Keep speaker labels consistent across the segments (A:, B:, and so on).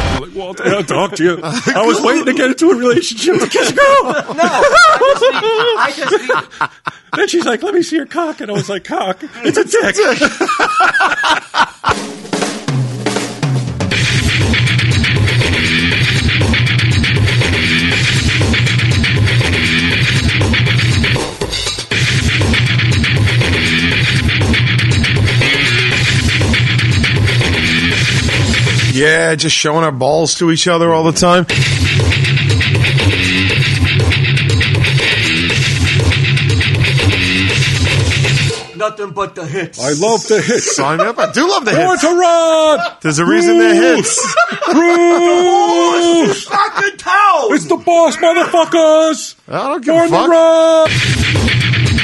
A: I don't talk to you. I was waiting to get into a relationship with this girl.
B: No, I just need, I just need
A: And she's like, let me see your cock. And I was like, cock? It's a dick.
C: Yeah, just showing our balls to each other all the time.
B: nothing but the hits.
A: I love the hits.
C: Sign me up. I do love the
A: I want
C: hits.
A: to run.
C: There's a reason they're hits.
A: Bruce!
B: fucking towel.
A: It's the boss, motherfuckers.
C: I don't give
A: You're
C: a
A: on the
C: fuck.
A: run.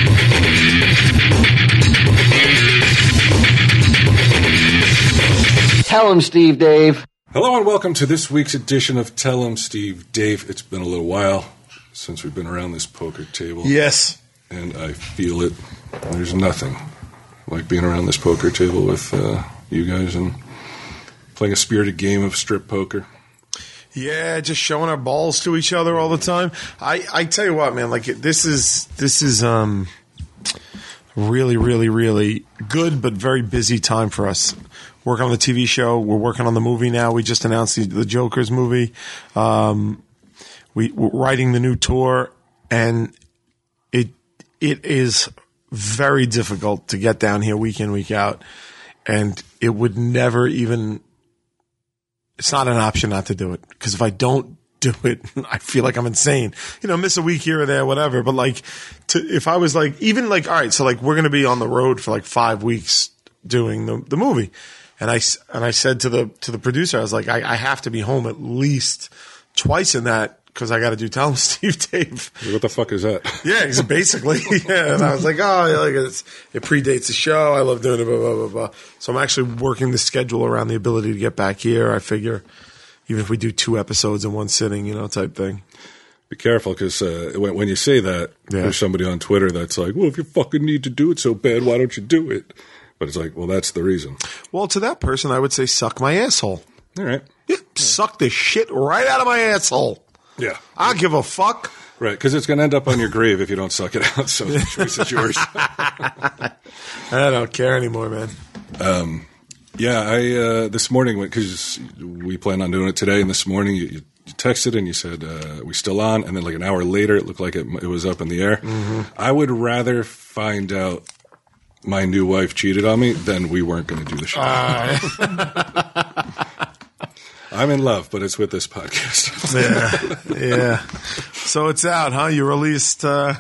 D: Tell him, Steve Dave.
A: Hello and welcome to this week's edition of Tell 'em Steve Dave. It's been a little while since we've been around this poker table.
C: Yes.
A: and I feel it. There's nothing like being around this poker table with uh, you guys and playing a spirited game of strip poker.
C: Yeah, just showing our balls to each other all the time. I, I tell you what, man, like this is this is um really, really, really good but very busy time for us. Working on the TV show, we're working on the movie now. We just announced the, the Joker's movie. Um, we, we're writing the new tour, and it it is very difficult to get down here week in week out, and it would never even it's not an option not to do it because if I don't do it, I feel like I'm insane. You know, miss a week here or there, whatever. But like, to, if I was like, even like, all right, so like we're gonna be on the road for like five weeks doing the the movie, and I s- and I said to the to the producer, I was like, I, I have to be home at least twice in that because I got to do Tell 'em Steve Dave.
A: What the fuck is that?
C: Yeah, ex- basically. yeah, and I was like, oh, yeah, like it's, it predates the show. I love doing it, blah blah blah blah. So I'm actually working the schedule around the ability to get back here. I figure, even if we do two episodes in one sitting, you know, type thing.
A: Be careful because uh, when, when you say that,
C: Yeah.
A: there's somebody on Twitter that's like, well, if you fucking need to do it so bad, why don't you do it? But it's like, well, that's the reason.
C: Well, to that person, I would say, suck my asshole.
A: All right.
C: Yeah, suck the shit right out of my asshole.
A: Yeah.
C: I don't give a fuck.
A: Right. Because it's going to end up on your grave if you don't suck it out. So the choice is yours.
C: I don't care anymore, man.
A: Yeah, I uh, this morning because we plan on doing it today, and this morning you, you texted and you said uh, we still on, and then like an hour later it looked like it, it was up in the air. I would rather find out my new wife cheated on me than we weren't going to do the show. I'm in love, but it's with this podcast.
C: Yeah, yeah. So it's out, huh? You released. Uh,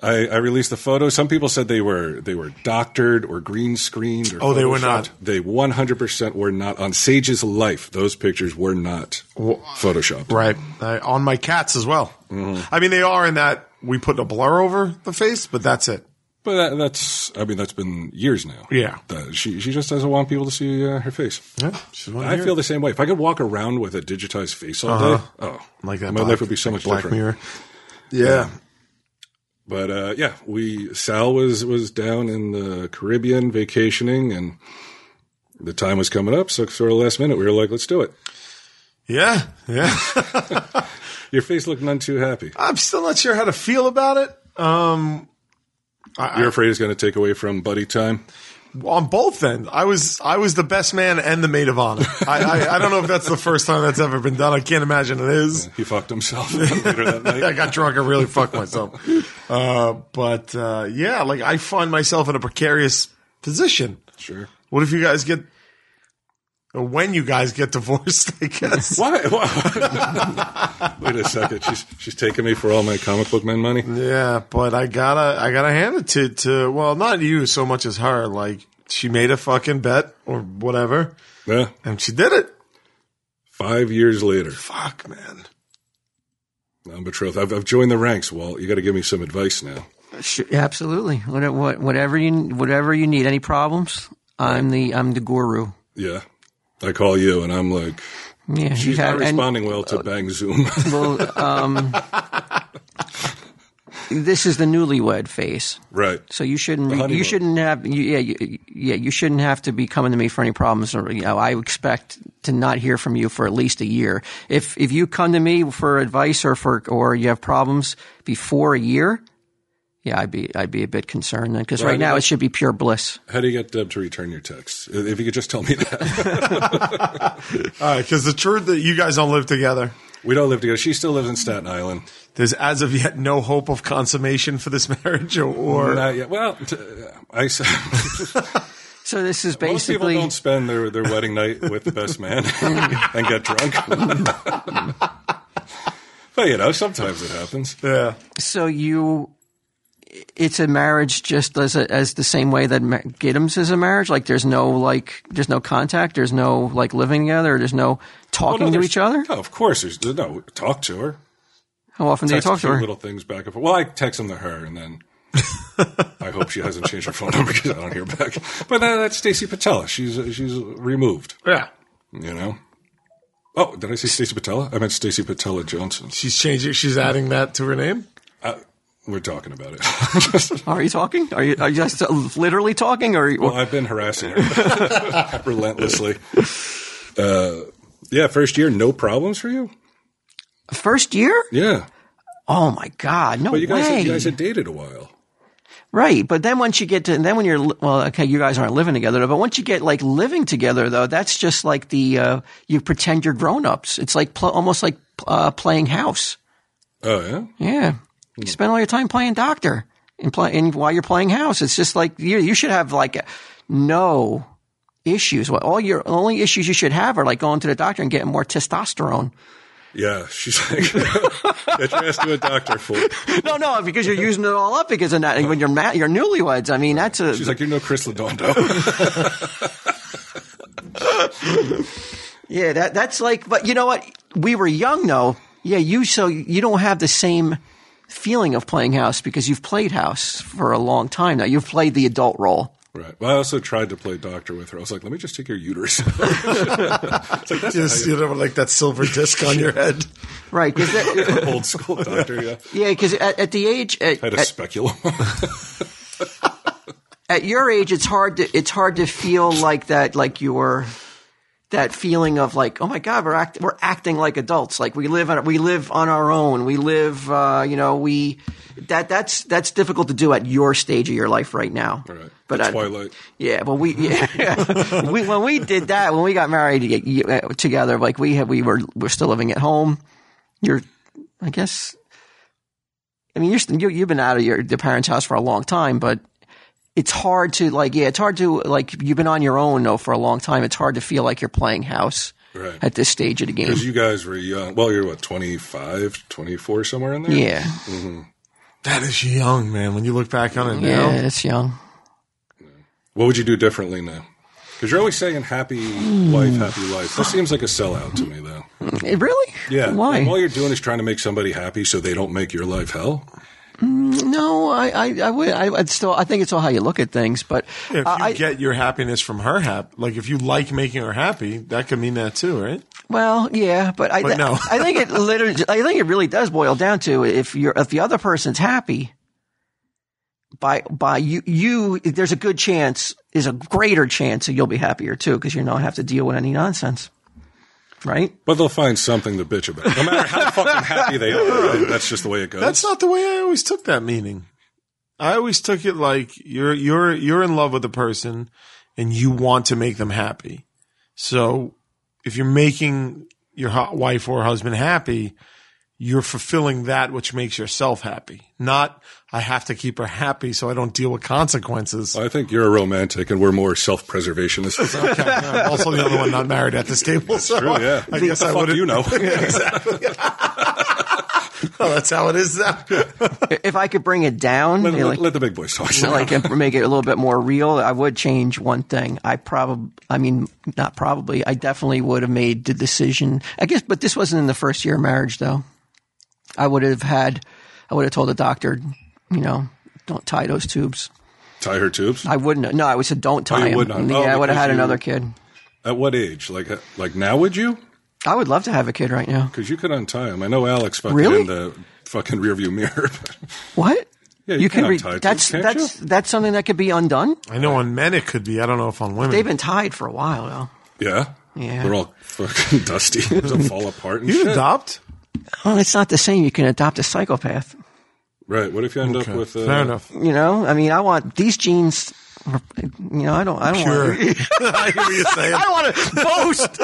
A: I, I released the photos. Some people said they were they were doctored or green screened. Or
C: Oh, they were not.
A: photoshopped. They 100 percent were not on Sage's life. Those pictures were not photoshopped.
C: Right. I, on my cats as well.
A: Mm-hmm.
C: I mean, they are in that we put a blur over the face, but that's it.
A: But that, that's, I mean, that's been years now.
C: Yeah.
A: That- she, she just doesn't want people to see uh, her face.
C: She's one
A: I
C: here.
A: feel the same way. If I could walk around with a digitized face all day, oh,
C: like that.
A: my
C: black-
A: life would be so
C: like
A: much
C: Black
A: different.
C: Mirror. Yeah.
A: But uh, yeah, we Sal was was down in the Caribbean vacationing, and the time was coming up. So sort of last minute, we were like, "Let's do it."
C: Yeah. Yeah.
A: Your face looked none too happy.
C: I'm still not sure how to feel about it. Um, I,
A: You're afraid it's going to take away from buddy time.
C: on both ends. I was I was the best man and the maid of honor. I, I, I don't know if that's the first time that's ever been done. I can't imagine it is.
A: He fucked himself later that night.
C: I got drunk and really fucked myself. Uh, but uh, yeah, like I find myself in a precarious position.
A: Sure.
C: What if you guys get, or when you guys get divorced? I guess.
A: Why? Why- Wait a second. She's she's taking me for all my comic book man money.
C: Yeah, but I gotta, I gotta hand it to, to well, not you so much as her. Like she made a fucking bet or whatever,
A: Yeah.
C: and she did it.
A: Five years later,
C: Fuck, man.
A: I'm betrothed. I've, I've joined the ranks. Walt, you got to give me some advice now.
D: Sure, Uh, absolutely. What, what, whatever you whatever you need. Any problems? I'm the I'm the guru.
A: Yeah. I call you, and I'm like,
D: Yeah,
A: she's
D: you have-
A: not
D: and-
A: responding well to Bang Zoom.
D: well, um, this is the newlywed phase.
A: Right.
D: So you shouldn't
A: The
D: re- you
A: honeymoon.
D: shouldn't have you, yeah you, yeah you shouldn't have to be coming to me for any problems. Or, you know, I expect to not hear from you for at least a year. If if you come to me for advice or for or you have problems before a year, yeah, I'd be I'd be a bit concerned then because
A: Right.
D: right now it should be pure bliss.
A: How do you get Deb to return your texts? If you could just tell me that.
C: All right, because the truth that you guys don't live together.
A: we don't live together. She still lives in Staten Island.
C: There's as of yet no hope of consummation for this marriage, or, or
A: Not yet. Uh, Well, t- I s-
D: So this is
A: most people
D: basically
A: don't spend their, their wedding night with the best man and get drunk. but, you know, sometimes it happens.
C: yeah,
D: so you it's a marriage just as a, as the same way that ma- Giddams is a marriage like there's no like there's no contact there's no like living together there's no
A: Oh, no,
D: talking to
A: there's-
D: each other
A: No, of course. There's, there's no talk to her.
D: how often do you
A: Text
D: talk to
A: cute
D: her
A: Little things back and forth. Well, I text them to her, and then I hope she hasn't changed her phone number because I don't hear back. But uh, that's Stacy Patella. She's she's removed.
C: yeah.
A: You know. Oh, did I say Stacy Patella? I meant Stacy Patella Johnson.
C: She's changing. She's adding that to her name.
A: Uh, we're talking about it.
D: are you talking are you are you just uh, literally talking or
A: well, I've been harassing her relentlessly. Uh, yeah, first year, no problems for you.
D: first year
A: Yeah,
D: oh my god no
A: but you guys
D: way
A: had, you guys had dated a while.
D: right but then once you get to and then when you're li- well okay you guys aren't living together but once you get like living together though that's just like the uh, you pretend you're grown-ups it's like pl- almost like uh, playing house
A: Oh yeah.
D: Yeah. You spend all your time playing doctor and, play, and while you're playing house. It's just like you, you should have like no issues. Well, all your only issues you should have are like going to the doctor and getting more testosterone.
A: Yeah, she's like, that you asked to a doctor for.
D: No, no, because you're using it all up because of that. And when you're ma- you're newlyweds, I mean that's a
A: She's like, you're no Chris Ladondo.
D: yeah. That that's like, but you know what? We were young though. Yeah, you so you don't have the same feeling of playing house because you've played house for a long time now. You've played the adult role.
A: right. Well, I also tried to play doctor with her. I was like, let me just take your uterus. out."
C: Just you know, like that silver disc on your head.
D: Right, 'cause that-
A: Old school doctor, yeah.
D: yeah, because at, at the age at,
A: Had a
D: at-
A: speculum.
D: at your age, it's hard to it's hard to feel like that, like you're that feeling of like, oh my god, we're act, we're acting like adults, like we live on we live on our own, we live, uh, you know, we that that's that's difficult to do at your stage of your life right now.
A: right.
D: But
A: The
D: I-
A: Twilight.
D: yeah, but we, yeah, we when we did that when we got married y- y- uh, together, like we had, we were we're still living at home. You're, I guess, I mean, you're st- you, you've been out of your the parents' house for a long time, but it's hard to like, yeah, it's hard to like you've been on your own though for a long time. It's hard to feel like you're playing house
A: Right.
D: at this stage of the game.
A: Because you guys were young. Well, you're what, 25, 24, somewhere in there?
D: yeah,
C: That is young, man. When you look back on it
D: yeah,
C: now,
D: it's young.
A: What would you do differently now? Because you're always saying happy wife, happy life. That seems like a sellout to me, though.
D: Eh, Really?
A: Yeah.
D: Why?
A: Like, all you're doing is trying to make somebody happy so they don't make your life hell.
D: no, I, I, I would, I, I'd still, I think it's all how you look at things, but
C: if you
D: I, I-
C: get your happiness from her hap, like if you like making her happy, that could mean that too, right?
D: Well, yeah, but I,
C: But no.
D: I think it literally, I think it really does boil down to if you're if the other person's happy by by you you there's a good chance is a greater chance that you'll be happier too because you don't have to deal with any nonsense, right?
A: But they'll find something to bitch about. No matter how fucking happy they are, right? that's just the way it goes.
C: That's not the way I always took that meaning. I always took it like you're you're you're in love with a person and you want to make them happy. So if you're making your hot wife or husband happy, you're fulfilling that which makes yourself happy. Not I have to keep her happy so I don't deal with consequences.
A: I think you're a romantic and we're more self preservationists.
C: Okay, yeah, I'm also the only one not married at this table. so
A: true, yeah.
C: I guess I
A: Fuck
C: would
A: you know.
C: exactly. well, that's how it is now.
D: If I could bring it down,
A: let,
D: you know,
A: let-
D: like,
A: let the big boys talk.
D: I like it- make it a little bit more real, I would change one thing. I probably, I mean, not probably. I definitely would have made the decision. I guess, but this wasn't in the first year of marriage, though. I would have had, I would have told the doctor, you know, don't tie those tubes.
A: Tie her tubes.
D: I wouldn't. have- No, I would said don't tie
A: you
D: them.
A: would not.
D: Yeah,
A: Oh,
D: I would have
A: because
D: had
A: you-
D: another kid.
A: At what age? Like, uh, like now? Would you?
D: I would love to have a kid right now.
A: Because you could untie him. I know Alex fucking
D: Really?
A: in the fucking rearview mirror.
D: What?
A: Yeah, you can untie people,
D: that's
A: can't
D: that's
A: you?
D: that's something that could be undone.
C: I know on men it could be. I don't know if on women.
D: They've been tied for a while though.
A: yeah,
D: Yeah.
A: They're all fucking dusty. They fall apart and
C: you
A: shit.
C: adopt?
D: Well, it's not the same. You can adopt a psychopath.
A: Right. What if you end up
C: Okay,
A: with? Uh,
C: Fair enough.
D: You know, I mean, I want these genes. You know, I don't. I don't
C: Pure.
D: want.
C: I hear what you're saying.
D: I want to boast.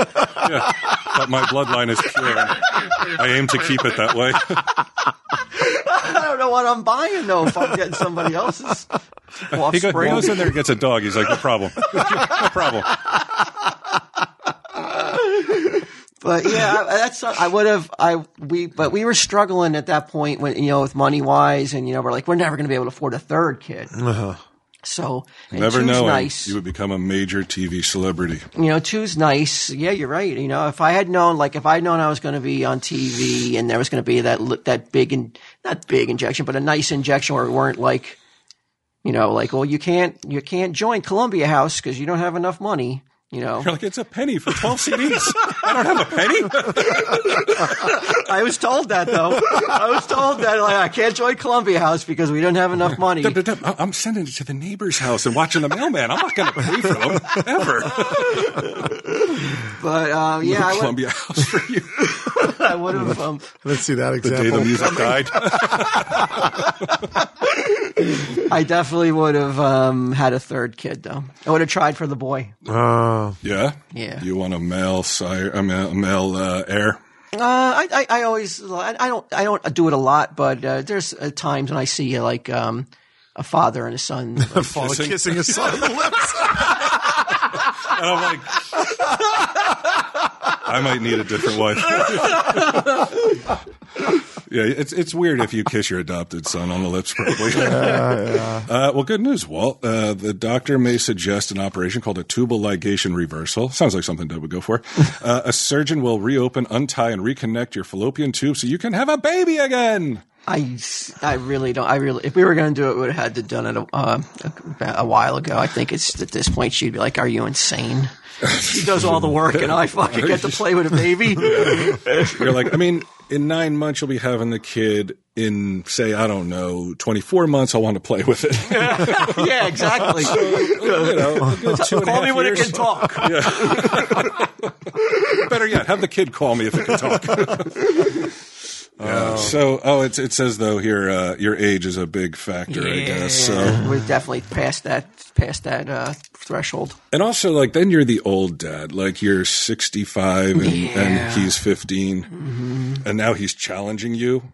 A: Yeah, but my bloodline is pure. I aim to keep it that way.
D: I don't know what I'm buying though. If I'm getting somebody else's
A: He go- he
D: offspring,
A: goes in there and gets a dog. He's like, no problem, no problem.
D: but yeah, I- that's I would have. I we but we were struggling at that point when you know with money wise, and you know we're like we're never going to be able to afford a third kid. So and
A: Uh-huh. Never
D: two's
A: know.
D: Nice.
A: You would become a major TV celebrity.
D: you know, two's nice. Yeah, you're right. You know, if I had known, like, if I had known I was going to be on TV and there was going to be that li- that big and not big injection, but a nice injection where we weren't like, you know, like, well, you can't you can't join Columbia House because you don't have enough money. You know,
A: You're like, it's a penny for 12 CDs. I don't have a penny.
D: I was told that though. I was told that like I can't join Columbia House because we don't have enough money.
A: Dub, dub, dub. I- I'm sending it to the neighbor's house and watching the mailman. I'm not going to pay for them ever.
D: But um, yeah, I would
A: Columbia House for you.
D: I would have. Um,
C: Let's see that
A: The day
C: example.
A: the music died.
D: I definitely would have um, had a third kid though. I would have tried for the boy.
C: Oh,
A: Yeah?
D: Yeah.
A: You want a male sire, a male, a male uh, heir?
D: Uh, I, I, I always, I I don't, I don't do it a lot, but uh, there's uh, times when I see like um, a father and a son. like,
C: fall
A: Kissing.
C: kissing his son on the lips.
A: And I'm like, I might need a different wife. yeah, it's it's weird if you kiss your adopted son on the lips probably. Uh, well, good news, Walt. Uh, the doctor may suggest an operation called a tubal ligation reversal. Sounds like something Deb would go for. Uh, a surgeon will reopen, untie, and reconnect your fallopian tube so you can have a baby again.
D: I, s- I really don't. I really, if we were going to do it, we would have had to done it a, um, a, a while ago. I think it's at this point she'd be like, "Are you insane?" She does all the work, and I fucking get to play with a baby.
A: You're like, I mean, in nine months you'll be having the kid. In say, I don't know, 24 months, I'll want to play with it.
D: yeah, exactly.
A: you know, a good two and a
D: Call me
A: half
D: when it
A: years.
D: can talk.
A: Better yet, have the kid call me if it can talk. Uh, so, oh, it's, it says though here, uh, your age is a big factor, I guess. So,
D: we're definitely past that, past that uh, threshold.
A: and also like then you're the old dad, like you're 65 and,
D: Yeah. Mm-hmm.
A: and he's 15, and now he's challenging you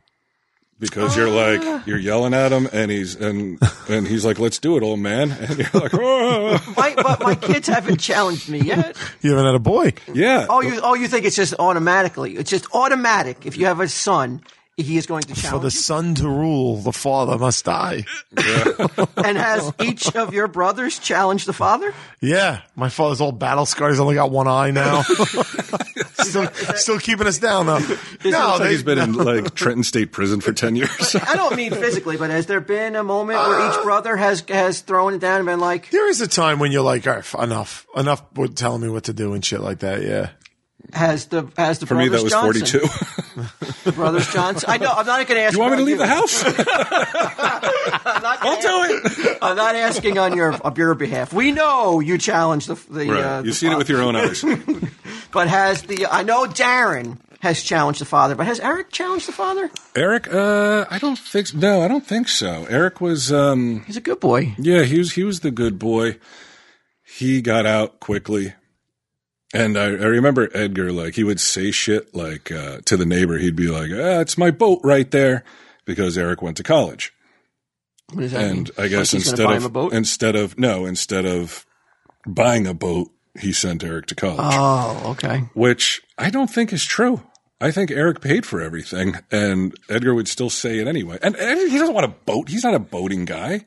A: because you're
D: Ah.
A: like you're yelling at him, and he's and and he's like, "Let's do it, old man," and you're like, "Oh."
D: My, but my kids haven't challenged me yet.
C: You haven't had a boy.
A: "Yeah."
D: Oh, you oh you think it's just automatically? It's just automatic. If you have a son, he is going to
C: For the
D: challenge
C: son to rule, the father must die.
D: you. And has each of your brothers challenged the father?
C: Yeah, my father's all battle scarred. He's only got one eye now. still, still keeping us down though. No,
A: It's like
C: they,
A: he's been in like Trenton State Prison for 10 years.
D: I don't mean physically, but has there been a moment where each brother has has thrown it down and been like,
C: there is a time when you're like, all right, enough, enough with telling me what to do and shit like that. Yeah.
D: has the has the
A: For me, that was 42.
D: The brothers Johnson. I know. I'm not going to ask.
A: You want me to
D: on
A: leave the
D: your-
A: house?
D: I'm not gonna
A: I'll do
D: ask- I'm not asking on your on your behalf. We know you challenged the the.
A: Right.
D: Uh, the
A: You've seen it with your own eyes.
D: But has the I know Darren has challenged the father, but has Eric challenged the father?
A: Eric, uh, I don't think s no, I don't think so. Eric was um
D: He's a good boy.
A: yeah, he was he was the good boy. He got out quickly. And I, I remember Edgar, like he would say shit like uh, to the neighbor, he'd be like, ah, it's my boat right there because Eric went to college.
D: What does that mean?
A: And I guess
D: Like Mm-hmm. he's gonna
A: instead
D: buy
A: of
D: him a boat?
A: instead of no, instead of buying a boat, he sent Eric to college.
D: Oh, okay.
A: which I don't think is true. I think Eric paid for everything, and Edgar would still say it anyway. And, and he doesn't want a boat. He's not a boating guy.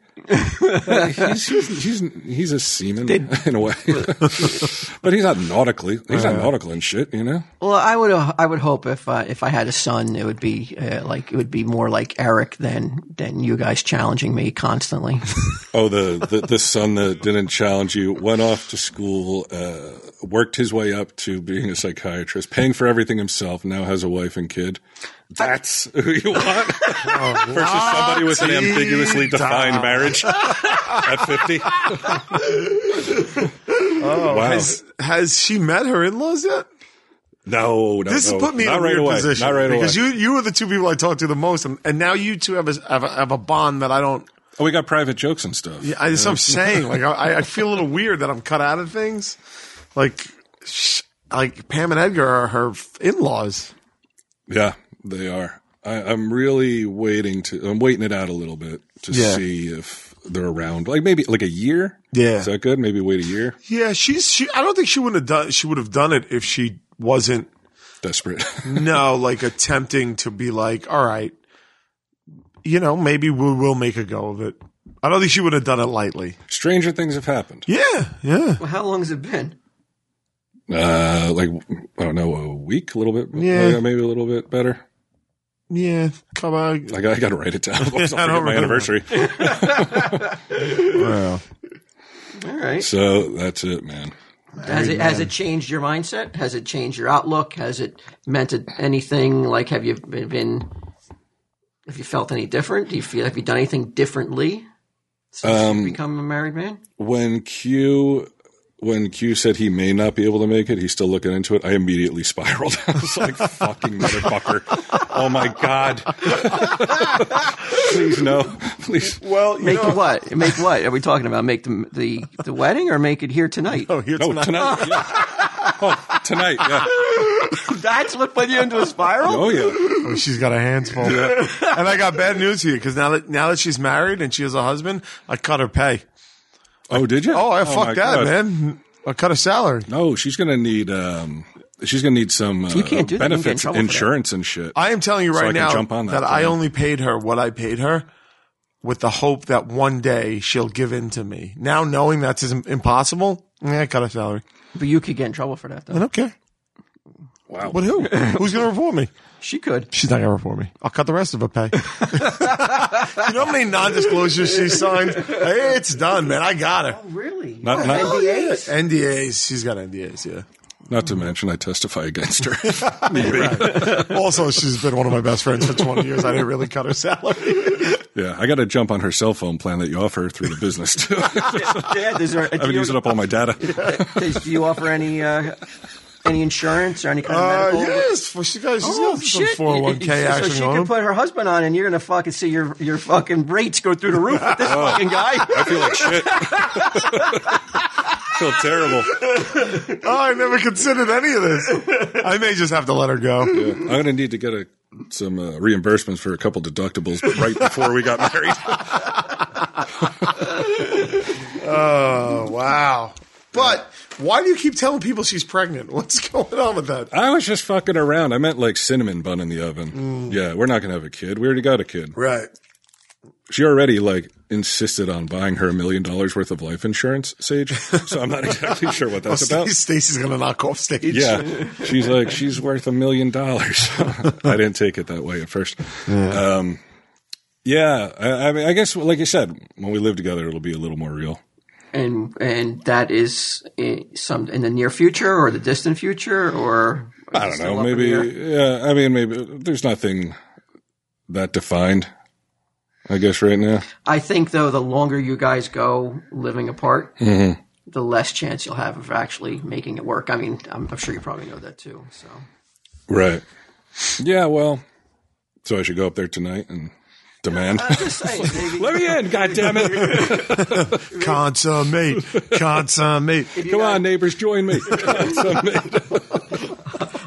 A: Like, he's, he's, he's, he's a seaman in a way, but he's not nautically. He's not nautical and shit, you know.
D: Well, I would I would hope if uh, if I had a son, it would be uh, like it would be more like Eric than than you guys challenging me constantly.
A: Oh, the, the the son that didn't challenge you went off to school, uh, worked his way up to being a psychiatrist, paying for everything himself. Now has a wife and kid. That's who you want versus somebody with an ambiguously defined marriage at fifty. Oh, wow.
C: Has, has she met her in laws yet?
A: no, no,
C: This
A: no.
C: has put me
A: Not
C: in a
A: right
C: weird
A: away.
C: position.
A: Not right away.
C: because you you were the two people I talked to the most, and, and now you two have a, have a have a bond that I don't.
A: Oh, we got private jokes and stuff.
C: I, that's what I'm saying. Like I, I feel a little weird that I'm cut out of things. Like sh- like Pam and Edgar are her in laws.
A: Yeah, they are. I, I'm really waiting to. I'm waiting it out a little bit to
C: Yeah.
A: see if they're around. Like maybe like a year.
C: Yeah.
A: is that good? Maybe wait a year.
C: Yeah, she's she. I don't think she would have done. She would have done it if she wasn't
A: Desperate.
C: no, like attempting to be like, all right, you know, maybe we will make a go of it. I don't think she would have done it lightly.
A: Stranger things have happened.
C: Yeah, yeah,
D: Well, how long has it been?
A: Uh, like I don't know, a week, a little bit.
C: Yeah.
A: Like, maybe a little bit better.
C: yeah. Come on.
A: Like I got to write it down. Otherwise
C: I
A: I'll
C: don't
A: forget my
C: remember.
A: anniversary.
D: All right.
A: so that's it, man.
D: Has it has it changed your mindset? Has it changed your outlook? Has it meant it- anything? Like, have you been, been? Have you felt any different? Do you feel? Have you done anything differently since
A: Um,
D: you've become a married man?
A: When Q. When Q said he may not be able to make it, he's still looking into it. I immediately spiraled. I was like, "Fucking motherfucker! Oh my god! Please no! Please
C: Well, you
D: Make
C: know,
D: what? Make what? Are we talking about? Make the the the wedding or make it here tonight?
C: oh, here
A: Oh,
C: tonight.
A: tonight. yeah. Oh, tonight. Yeah.
D: That's what put you into a spiral.
A: Oh, yeah.
C: Oh, she's got her hands full. and I got bad news here because now that now that she's married and she has a husband, I cut her pay.
A: Oh, did you?
C: Oh, I
A: my
C: fucked that,
A: God.
C: man. I cut her salary.
A: No, she's gonna need. um She's gonna need some. Uh,
D: You can't do that. You can get in
A: benefits,
D: trouble for that.
A: insurance, and shit.
C: I am telling you
A: So
C: right
A: I can
C: now
A: jump on that,
C: I
A: yeah.
C: only paid her what I paid her with the hope that one day she'll give in to me. Now knowing that's im- impossible, yeah, I cut her salary.
D: But you could get in trouble for that,
C: I
D: though.
C: don't care.
A: wow.
C: But who? Who's going to report me?
D: She could.
C: She's not going to report me. I'll cut the rest of her pay. you know how many non-disclosures she signed? Hey, it's done, man. I got her.
D: Really?
A: Not, not,
D: NDAs.
C: NDAs. She's got NDAs. Yeah.
A: not to mention, I testify against her.
C: Also, she's been one of my best friends for 20 years. I didn't really cut her salary.
A: yeah, I got to jump on her cell phone plan that you offer through the business too. I've
D: Yeah, there's a- do
A: been
D: you-
A: using up all my data.
D: Does- do you offer any uh, any insurance or any kind
C: Uh,
D: of medical? Oh,
C: yes, for she guys, she's got some four hundred one k
D: So
C: action
D: she
C: going.
D: can put her husband on, and you're gonna fucking see your your fucking rates go through the roof with this fucking guy.
A: I feel like shit. feel terrible.
C: oh, I never considered any of this. I may just have to let her go.
A: I'm gonna need to get a, some uh, reimbursements for a couple deductibles right before we got married.
C: Oh wow! But why do you keep telling people she's pregnant? What's going on with that?
A: I was just fucking around. I meant like cinnamon bun in the oven. Yeah, we're not gonna have a kid. We already got a kid.
C: Right.
A: She already like insisted on buying her a million dollars worth of life insurance, Sage. So I'm not exactly sure what that's about.
C: Stacy's gonna knock off stage.
A: Yeah, she's like she's worth a million dollars. I didn't take it that way at first. Yeah, um, yeah. I, I mean, I guess like you said, when we live together, it'll be a little more real.
D: And and that is in some in the near future or the distant future or
A: I don't know. Maybe. Yeah. I mean, maybe there's nothing that defined. I guess right now.
D: I think though the longer you guys go living apart,
A: Mm-hmm.
D: the less chance you'll have of actually making it work. I mean, I'm, I'm sure you probably know that too. So
A: Right. Yeah. Well. So I should go up there tonight and demand.
D: just saying, maybe
A: Let me in. God damn it!
C: Consummate. Consummate.
A: Come on, neighbors, join me.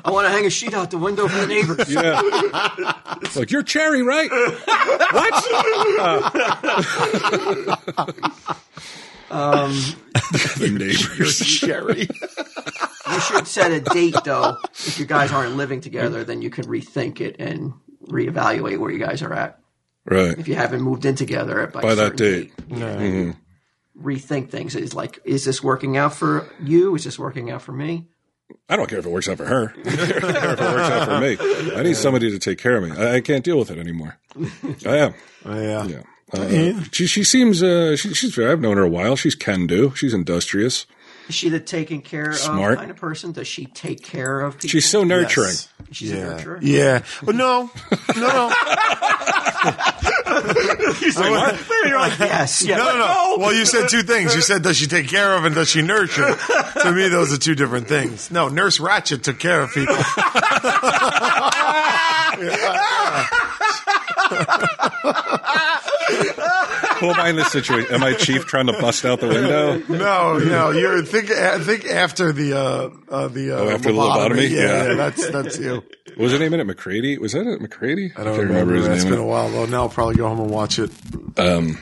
D: I want to hang a sheet out the window for the neighbors.
A: Yeah. It's like, you're cherry, right? what?
C: Uh.
A: um, neighbors.
C: Sherry.
D: You should set a date though. If you guys aren't living together, then you can rethink it and reevaluate where you guys are at.
A: Right.
D: If you haven't moved in together by,
A: By
D: a
A: that
D: certain
A: date.
D: rethink things. It's like, is this working out for you? Is this working out for me?
A: I don't care if it works out for her. I don't care if it works out for me. I need somebody to take care of me. I, I can't deal with it anymore. I am.
C: yeah.
A: Yeah. Uh, she she seems uh, she, she's I've known her a while. She's can do. She's industrious.
D: Is she the taking care
A: Smart.
D: of kind of person? Does she take care of people?
A: She's so nurturing.
C: Yes.
D: She's a
C: Yeah.
D: nurturer.
C: Yeah. But no. No, no.
D: You're like, yes, yeah.
C: No, no, no. Well, you said two things. You said, does she take care of and does she nurture? to me, those are two different things. No, Nurse Ratchet took care of people.
A: Who am I in this situation? Am I Chief trying to bust out the window?
C: No, no. You think I think after the uh, uh, the uh,
A: Oh, after the lobotomy?
C: Yeah,
A: Yeah.
C: yeah. that's that's you.
A: What Was her name in it? McCready? Was that it? McCready?
C: I don't remember. It's been a while though. Now I'll probably go home and watch it.
A: Um,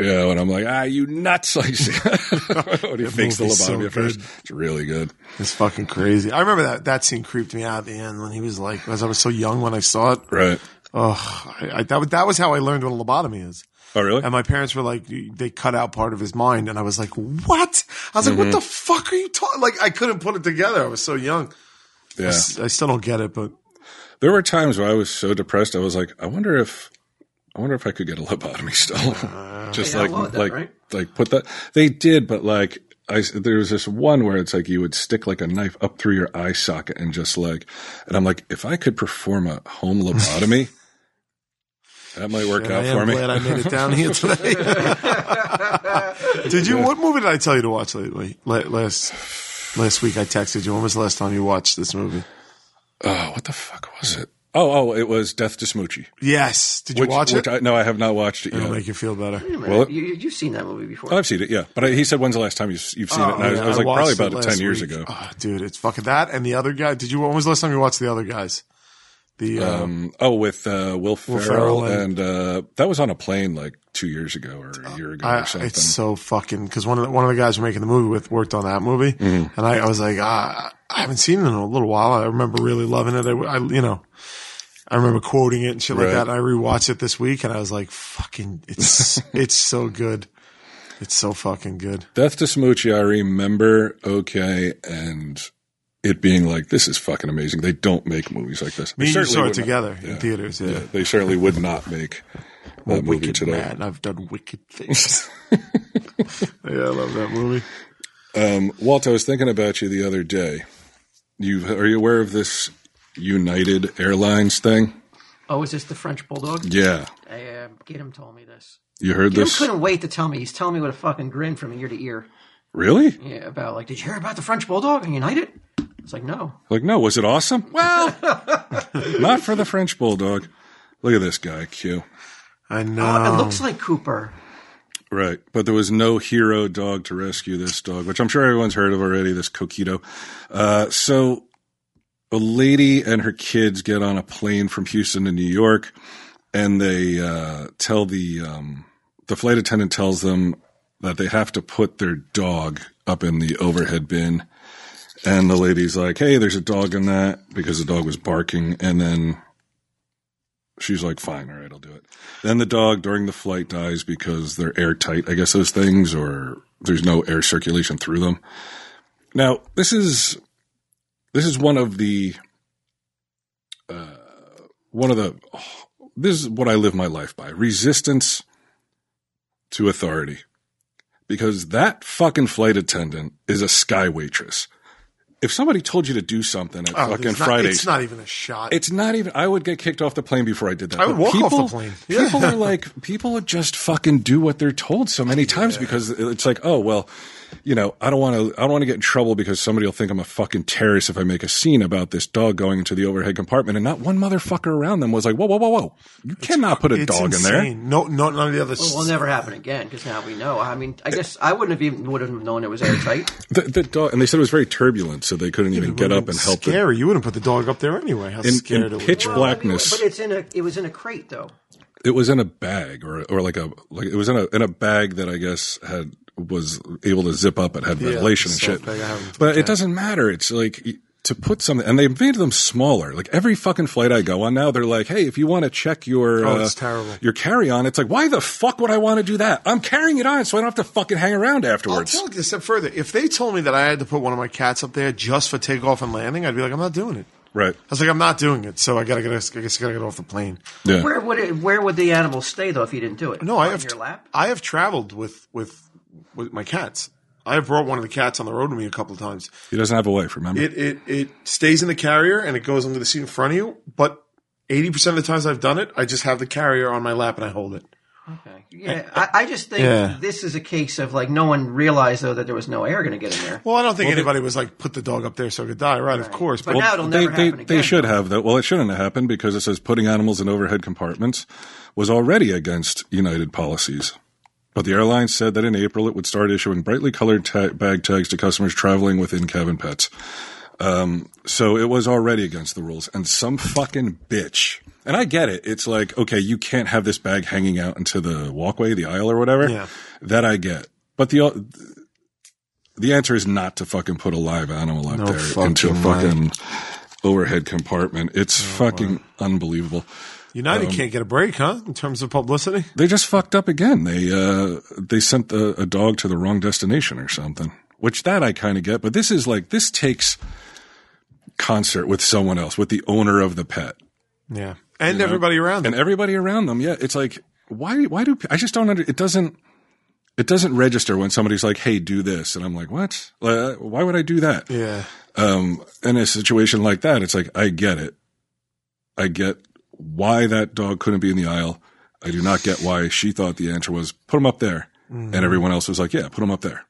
A: yeah, and I'm like, ah, you nuts! Like, when he fakes the
C: movie's so
A: lobotomy at first,
C: good.
A: it's really good.
C: It's fucking crazy. I remember that that scene creeped me out at the end when he was like, as I was so young when I saw it.
A: Right?
C: Oh, I, I, that was- that was how I learned what a lobotomy is.
A: Oh, really?
C: And my parents were like, they cut out part of his mind, and I was like, what? I was like,
A: Mm-hmm.
C: what the fuck are you talking? Like, I couldn't put it together. I was so young.
A: yeah.
C: I s- I still don't get it, but
A: There were times where I was so depressed. I was like, I wonder if, I wonder if I could get a lobotomy
C: Uh,
A: still. Just
D: They
A: like,
D: outlawed that,
A: like,
D: right?
A: like put that. They did, but like, I s- there was this one where it's like you would stick like a knife up through your eye socket and just like, and I'm like, if I could perform a home lobotomy, that might work
C: I
A: out
C: am
A: for me.
C: glad I made it down here today. did you? What movie did I tell you to watch lately? La- Last last week, I texted you. When was the last time you watched this movie?
A: oh, what the fuck was it? Oh, oh, it was Death to Smoochie.
C: Yes. Did you
A: Which,
C: watch
A: which
C: it? Oh,
A: I, no, I have not watched it
C: It'll
A: yet.
C: make you feel better.
D: Wait a minute.
A: Well, it-
D: you, you- you've seen that movie before.
A: I've seen it, yeah. But I, he said, "When's the last time you've, you've seen it?" And I, was, I was like,
C: Oh, watched
A: "Probably about
C: it
A: it
C: last
A: ten years
C: week.
A: ago."
C: Oh, dude, it's fucking that and the other guy. Did you? When was the last time you watched the other guys? The uh,
A: Um, oh, with uh, Will Ferrell,
C: Ferrell
A: and,
C: and-
A: uh, that was on a plane like two years ago or a year ago
C: Uh, I,
A: or something.
C: it's so fucking because one of the, one of the guys we're making the movie with worked on that movie,
A: Mm-hmm.
C: and I, I was like, ah, I haven't seen it in a little while. I remember really loving it. I, I- you know, I remember quoting it and shit
A: Right.
C: like that. And I rewatched it this week, and I was like, fucking, it's it's so good. It's so fucking good.
A: Death to Smoochie, I remember okay, and it being like, "This is fucking amazing." They don't make movies like this.
C: Me
A: They
C: and you
A: certainly
C: saw it
A: would not-
C: together
A: yeah.
C: in theaters. Yeah,
A: Yeah, they certainly would not make that movie
C: wicked
A: today.
C: man. I've done wicked things. yeah, I love that movie.
A: Um, Walt, I was thinking about you the other day. You are you aware of this United Airlines thing?
D: Oh, is this the French bulldog?
A: Yeah,
D: Uh, Gidim told me this.
A: you heard
D: Gidim
A: Mm. this.
D: couldn't wait to tell me. He's telling me with a fucking grin from ear to ear.
A: Really?
D: Yeah, about like, did you hear about the French bulldog and United? It's like, no.
A: Like, no, was it awesome? Well, not for the French bulldog. Look at this guy, Q.
C: I know.
A: Oh,
D: it looks like Cooper.
A: Right, but there was no hero dog to rescue this dog, which I'm sure everyone's heard of already. This Coquito. Uh, so, a lady and her kids get on a plane from Houston to New York, and they uh, tell the um, the flight attendant tells them that they have to put their dog up in the overhead bin. And the lady's like, "Hey, there's a dog in that," because the dog was barking, and then she's like, fine, all right, I'll do it. Then the dog during the flight dies because they're airtight, I guess those things, or there's no air circulation through them. Now, this is this is one of the uh, one of the this is what I live my life by: resistance to authority, because that fucking flight attendant is a sky waitress. If somebody told you to do something at
C: Oh,
A: fucking
C: it's not-
A: Fridays,
C: It's not even a shot.
A: it's not even. I would get kicked off the plane before I did that.
C: I would
A: But
C: walk off the plane. Yeah.
A: People are like, people just fucking do what they're told so many times because it's like, oh well, you know, I don't want to. I don't want to get in trouble because somebody will think I'm a fucking terrorist if I make a scene about this dog going into the overhead compartment. And not one motherfucker around them was like, whoa, whoa, whoa, whoa, you cannot put a
C: It's
A: dog in
C: insane. No, no, none of the other.
D: It will Oh, never happen again because now we know. I mean, I guess I wouldn't have even would have known it was airtight.
A: there. The, the dog, and they said it was very turbulent, so they couldn't even get up and help it.
C: Scary. You wouldn't put the dog up there anyway. How
A: In,
C: scared
A: in
C: it
A: pitch
C: would.
A: blackness.
D: but it's in a. It was in a crate though.
A: it was in a bag or or like a like it was in a in a bag that I guess had was able to zip up and had ventilation and
C: soft
A: shit.
C: bag, I haven't-
A: But it doesn't matter. It's like y- to put something and they made them smaller. Like every fucking flight I go on now, they're like, "Hey, if you want to check your uh,
C: Oh, it's terrible.
A: your carry on," it's like, "Why the fuck would I want to do that? I'm carrying it on, so I don't have to fucking hang around
C: I'll
A: afterwards."
C: tell you a step further. If they told me that I had to put one of my cats up there just for takeoff and landing, I'd be like, I'm not doing it.
A: right?
C: I was like, I'm not doing it. So I gotta get. I guess I gotta get off the plane.
A: Yeah.
D: Where would it? Where would the animal stay though if you didn't do it?
C: No, I
D: On
C: have.
D: your lap.
C: I have traveled with with with my cats. I brought one of the cats on the road with me a couple of times.
A: He doesn't have a wife, remember?
C: It it it stays in the carrier and it goes under the seat in front of you. But eighty percent of the times I've done it, I just have the carrier on my lap and I hold it.
D: Okay. Yeah, I, I just think
C: Yeah.
D: this is a case of like no one realized though that there was no air going to get in there.
C: Well, I don't think anybody was like put the dog up there so it could die, right? Of course,
D: But
C: but
D: now it'll
A: they,
D: never
A: they,
D: happen again.
A: they should have that. Well, it shouldn't have happened because it says putting animals in overhead compartments was already against United policies. But the airline said that in April it would start issuing brightly colored ta- bag tags to customers traveling with in-cabin pets. Um, so it was already against the rules. And some fucking bitch. And I get it. It's like, okay, you can't have this bag hanging out into the walkway, the aisle, or whatever.
C: Yeah.
A: That I get. But the the answer is not to fucking put a live animal up
C: No
A: there into a
C: fucking
A: fucking overhead compartment. It's fucking unbelievable.
C: United can't get a break, huh? In terms of publicity,
A: They just fucked up again. They uh, they sent the, a dog to the wrong destination or something. Which that I kind of get, but this is like this takes concert with someone else, with the owner of the pet.
C: yeah, and everybody around
A: and
C: them.
A: everybody around them. Yeah, it's like why? Why do I just don't under? It doesn't. It doesn't register when somebody's like, "Hey, do this," and I'm like, "What? Uh, why would I do that?"
C: yeah,
A: Um, in a situation like that, it's like I get it. I get why that dog couldn't be in the aisle. I do not get why she thought the answer was put him up there, and everyone else was like, "Yeah, put him up there."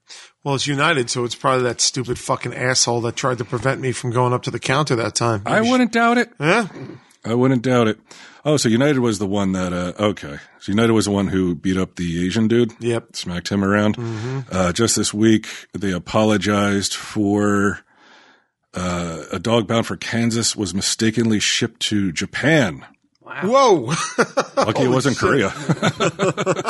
C: well, it's United, so it's probably that stupid fucking asshole that tried to prevent me from going up to the counter that time.
A: I wouldn't doubt it.
C: Yeah,
A: I wouldn't doubt it. Oh, so United was the one that, uh, okay. So United was the one who beat up the Asian dude.
C: Yep.
A: Smacked him around. Uh, just this week, they apologized for, uh, a dog bound for Kansas was mistakenly shipped to Japan.
C: whoa,
A: Lucky it wasn't Korea.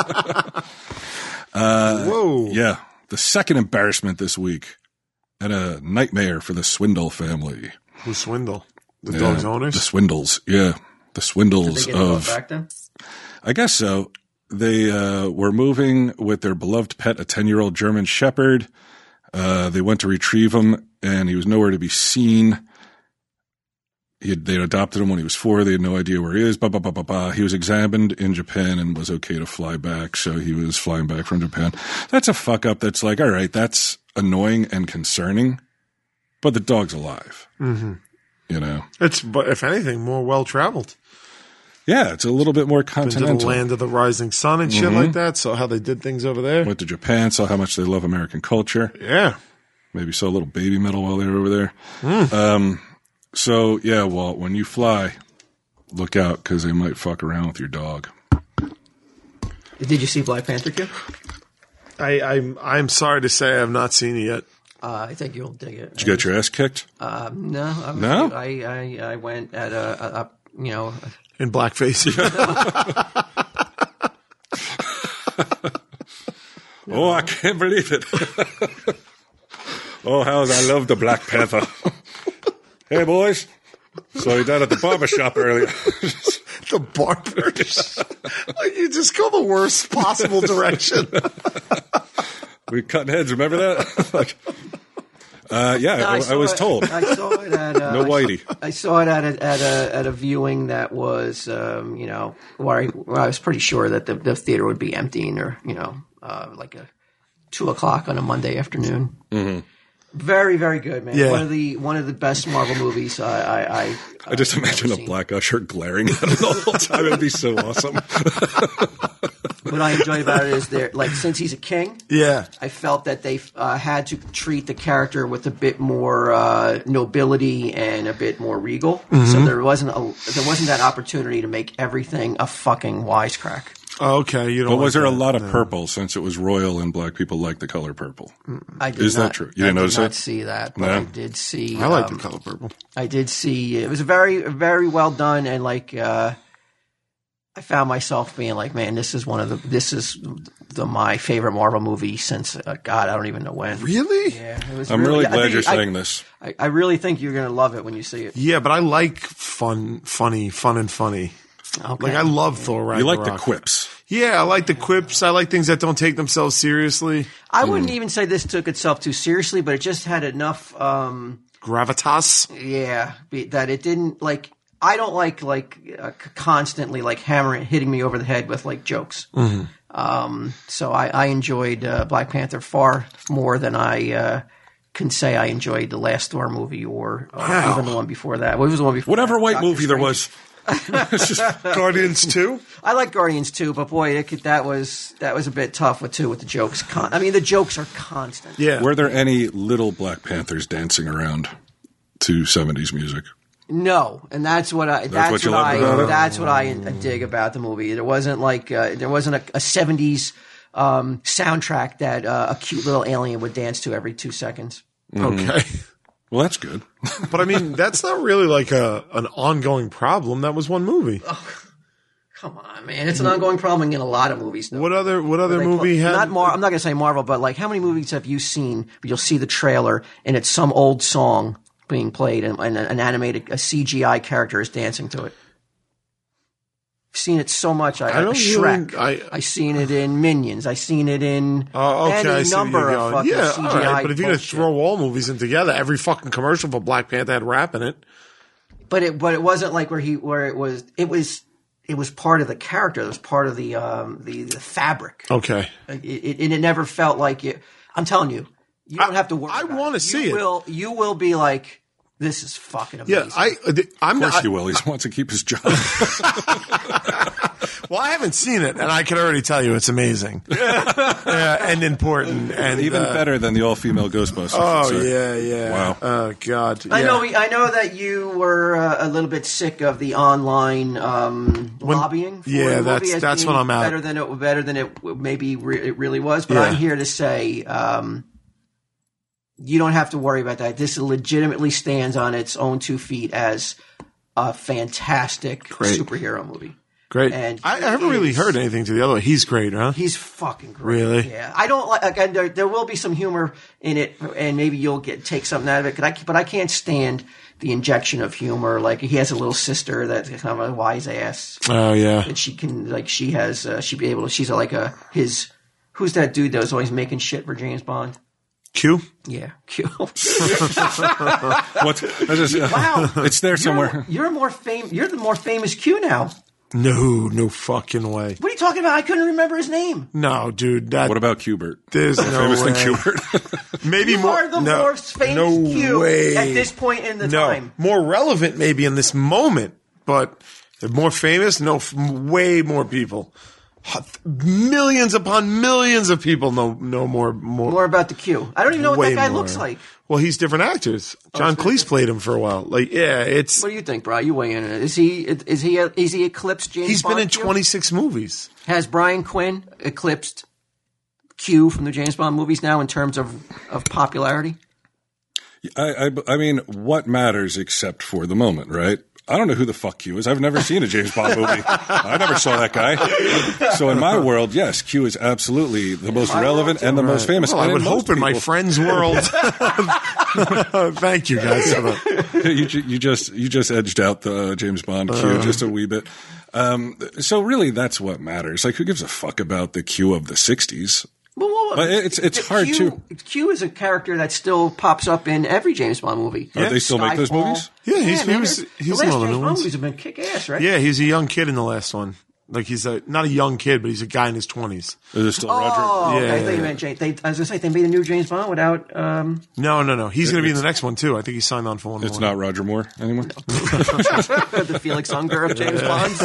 C: whoa,
A: yeah. The second embarrassment this week and a nightmare for the Swindle family.
C: who swindle the
A: Yeah.
C: dog's
A: The
C: owners?
A: Swindles. Yeah. The Swindles
D: They get the
A: of.
D: dog back then.
A: I guess so. They uh, were moving with their beloved pet, a 10 year old German Shepherd. Uh, they went to retrieve him, and he was nowhere to be seen. He had, they adopted him when he was four. They had no idea where he is. Bah, bah, bah, bah, bah. He was examined in Japan and was okay to fly back. So he was flying back from Japan. That's a fuck up that's like, all right, that's annoying and concerning, but the dog's alive. Mm-hmm. You know?
C: It's but if anything, more well traveled.
A: Yeah, it's a little bit more
C: into the
A: continental. Mm-hmm.
C: land of the rising sun and shit like that. So how they did things over there.
A: Went to Japan, saw how much they love American culture.
C: Yeah.
A: maybe saw a little baby metal while they were over there. Um,
D: Hmm.
A: so yeah, Walt, when you fly, look out because they might fuck around with your dog.
D: Did you see Black Panther 2?
C: I, I'm I'm sorry to say I've not seen it yet.
D: Uh, I think you'll dig it.
A: Did you get your ass kicked?
D: Um, no, I was-
A: No?
D: I, I I went at a, a, a you know
C: In blackface.
A: Oh, I can't believe it. oh, how I love the Black Panther. hey, boys. So you down at the barber shop earlier.
C: the barbers. like you just go the worst possible direction.
A: we cutting heads. Remember that? Like, uh, yeah, I, I
D: saw
A: was
D: it-
A: told.
D: I saw it at uh,
A: No
D: I saw-
A: whitey.
D: I saw it at a, at a at a viewing that was um, you know where I, where I was pretty sure that the, the theater would be emptying or you know uh, like a two o'clock on a Monday afternoon.
A: Mm-hmm.
D: Very very good man.
C: Yeah.
D: One of the one of the best Marvel movies. I I, I,
A: I just imagine a black usher glaring at him the whole time. It'd be so awesome.
D: what I enjoy about it is there like since he's a king.
C: yeah.
D: I felt that they uh, had to treat the character with a bit more uh, nobility and a bit more regal. So
A: Mm-hmm.
D: there wasn't a, there wasn't that opportunity to make everything a fucking wisecrack.
C: Okay. You don't.
A: But was
C: like
A: there a
C: that.
A: lot of purple since it was royal and black people like the color purple?
D: I did
A: Is that
D: not,
A: true? You didn't
D: I
A: notice
D: did not
A: it?
D: see that, but
A: No.
D: I did see.
C: I like
D: um,
C: the color purple.
D: I did see. It was very very well done, and like uh, I found myself being like, man, this is one of the this is the my favorite Marvel movie since uh, God, I don't even know when.
C: Really? Yeah.
D: Yeah, it was
A: I'm really
D: I
A: glad
D: think-
A: you're
D: I-
A: saying this.
D: I, I really think you're gonna love it when you see it.
C: but I like fun, funny, fun and funny.
D: Okay.
C: Like I love Thor
A: You
C: Ragnarok.
A: like the quips.
C: Yeah, I like the quips. I like things that don't take themselves seriously.
D: I wouldn't
A: Hmm.
D: even say this took itself too seriously, but it just had enough, um,
C: Gravitas.
D: yeah, be, that it didn't like. I don't like like uh, c- constantly like hammering hitting me over the head with like jokes.
A: Mm-hmm.
D: Um, so I, I enjoyed uh, Black Panther far more than I uh, can say I enjoyed the last Thor movie or uh, even the one before that. What was the one before?
A: Whatever
D: that?
A: white
D: Doctor
A: movie there
D: Strange.
A: was. It's just-
C: Guardians too.
D: I like Guardians too, but boy, that, could, that was that was a bit tough with too with the jokes. Con- I mean, the jokes are constant.
C: Yeah.
A: Were there any little Black Panthers dancing around to 70s music?
D: No, and that's what I. That's,
A: what you
D: what,
A: loved about
D: I.
A: it?
D: That's what I uh, dig about the movie. There wasn't like uh, there wasn't a, a '70s um, soundtrack that uh, a cute little alien would dance to every two seconds.
C: okay.
A: Mm-hmm. Well, that's good.
C: But I mean, that's not really like a an ongoing problem. That was one movie.
D: Come on, man! It's an ongoing problem in a lot of movies. though.
C: What other what other
D: They-
C: movie had
D: Not Mar- I'm not going to say Marvel, but like, how many movies have you seen? Where you'll see the trailer, and it's some old song being played, and, and an animated, a CGI character is dancing to it. I've seen it so much. I,
C: I don't
D: Shrek.
C: really- I-
D: I seen it in Minions. I seen it in
C: Oh, okay. I
D: any
C: see where
D: number
C: you're
D: of
C: going.
D: fucking
C: yeah,
D: CGI.
C: all right. But if you're gonna
D: bullshit.
C: throw all movies in together, every fucking commercial for Black Panther had rap in it.
D: but it but it wasn't like where he where it was it was it was part of the character. It was part of the um the, the fabric.
C: Okay.
D: Like, it, it, and it never felt like it. I'm telling you, you don't have to worry.
C: I
D: about
C: wanna
D: it.
C: see
D: you
C: it.
D: Will you will be like, this is fucking
C: Yeah,
D: amazing.
C: I th- I'm
A: Of course
C: not.
A: you will. He wants to keep his job.
C: well, I haven't seen it, and I can already tell you it's amazing. yeah, and important, and
A: Even
C: uh,
A: better than the all female Ghostbusters.
C: Oh
A: sir.
C: yeah, yeah.
A: Wow.
C: Oh god.
D: I
C: yeah.
D: know. I know that you were uh, a little bit sick of the online um, lobbying. For
C: yeah,
D: the movie
C: that's-
D: as
C: that's
D: being
C: when I'm out.
D: Better than it. Better than it w- maybe re- it really was. But
C: Yeah.
D: I'm here to say, um, you don't have to worry about that. This legitimately stands on its own two feet as a fantastic
C: Great.
D: superhero movie.
C: Great.
D: And
C: I, I haven't really
D: he's-
C: heard anything to the other way. He's great, huh?
D: He's fucking great.
C: Really?
D: Yeah. I don't like. Again, there, there will be some humor in it, and maybe you'll get take something out of it. 'cause I, but I can't stand the injection of humor. Like he has a little sister that's kind of a wise ass,
C: oh yeah.
D: and she can like she has uh, she be able to. She's like a his. Who's that dude that was always making shit for James Bond?
C: Q.
D: Yeah, Q.
A: What? that's just-
D: wow.
A: It's there somewhere.
D: You're, you're more fam- You're the more famous Q now.
C: No, no fucking way.
D: What are you talking about? I couldn't remember his name.
C: No, dude. That
A: What about Cubert?
C: there's no
A: Famous
C: way.
A: thing, Cubert.
C: Maybe
D: You
C: more.
D: are the
C: no,
D: more famous
C: no
D: Q
C: way.
D: at this point in the
C: no,
D: time.
C: more relevant maybe in this moment, but they're more famous. No, f- way more people. H- Millions upon millions of people know know more more.
D: More about the Q. I don't even know what
C: way
D: that guy
C: more.
D: looks like. Oh,
C: Well, he's different actors. John Cleese played him for a while. Like, yeah, it's
D: What do you think, Brian? You weigh in on it. Is he is he is he eclipsed James?
C: he's been
D: Bond
C: in
D: Q?
C: 26 movies.
D: Has Brian Quinn eclipsed Q from the James Bond movies now in terms of of popularity?
A: I, I, I mean, what matters except for the moment, right? I don't know who the fuck Q is. I've never seen a James Bond movie. I never saw that guy. So in my world, yes, Q is absolutely the most relevant and the most famous.
C: Well, I
A: And
C: would
A: most
C: hope in my
A: people-
C: friend's world. Thank you guys. for that.
A: you, ju- you just you just edged out the uh, James Bond Q just a wee bit. Um, so really, that's what matters. Like, who gives a fuck about the Q of the '60s?
D: Well, well,
A: But it's- it's
D: the
A: hard
D: Q, Q is a character that still pops up in every James Bond movie.
A: Are they still make those
D: Skyfall.
A: movies?
C: Yeah, he's- he
D: man,
C: was-
D: there's-
C: he's
D: the
C: in
D: last
C: all the new
D: James Bond
C: ones.
D: movies have been kick ass, right?
C: Yeah, he's a young kid in the last one. Like he's a not a young kid, but he's a guy in his 20s.
A: Is there still Roger?
D: Oh, okay. I
C: Yeah.
D: thought you meant James. They, I was gonna say they made a new James Bond without. Um,
C: No, no, no. He's going to be in the next one too. I think he signed on for one
A: It's
C: more.
A: not Roger Moore anymore.
D: the Felix Unger of James Bonds.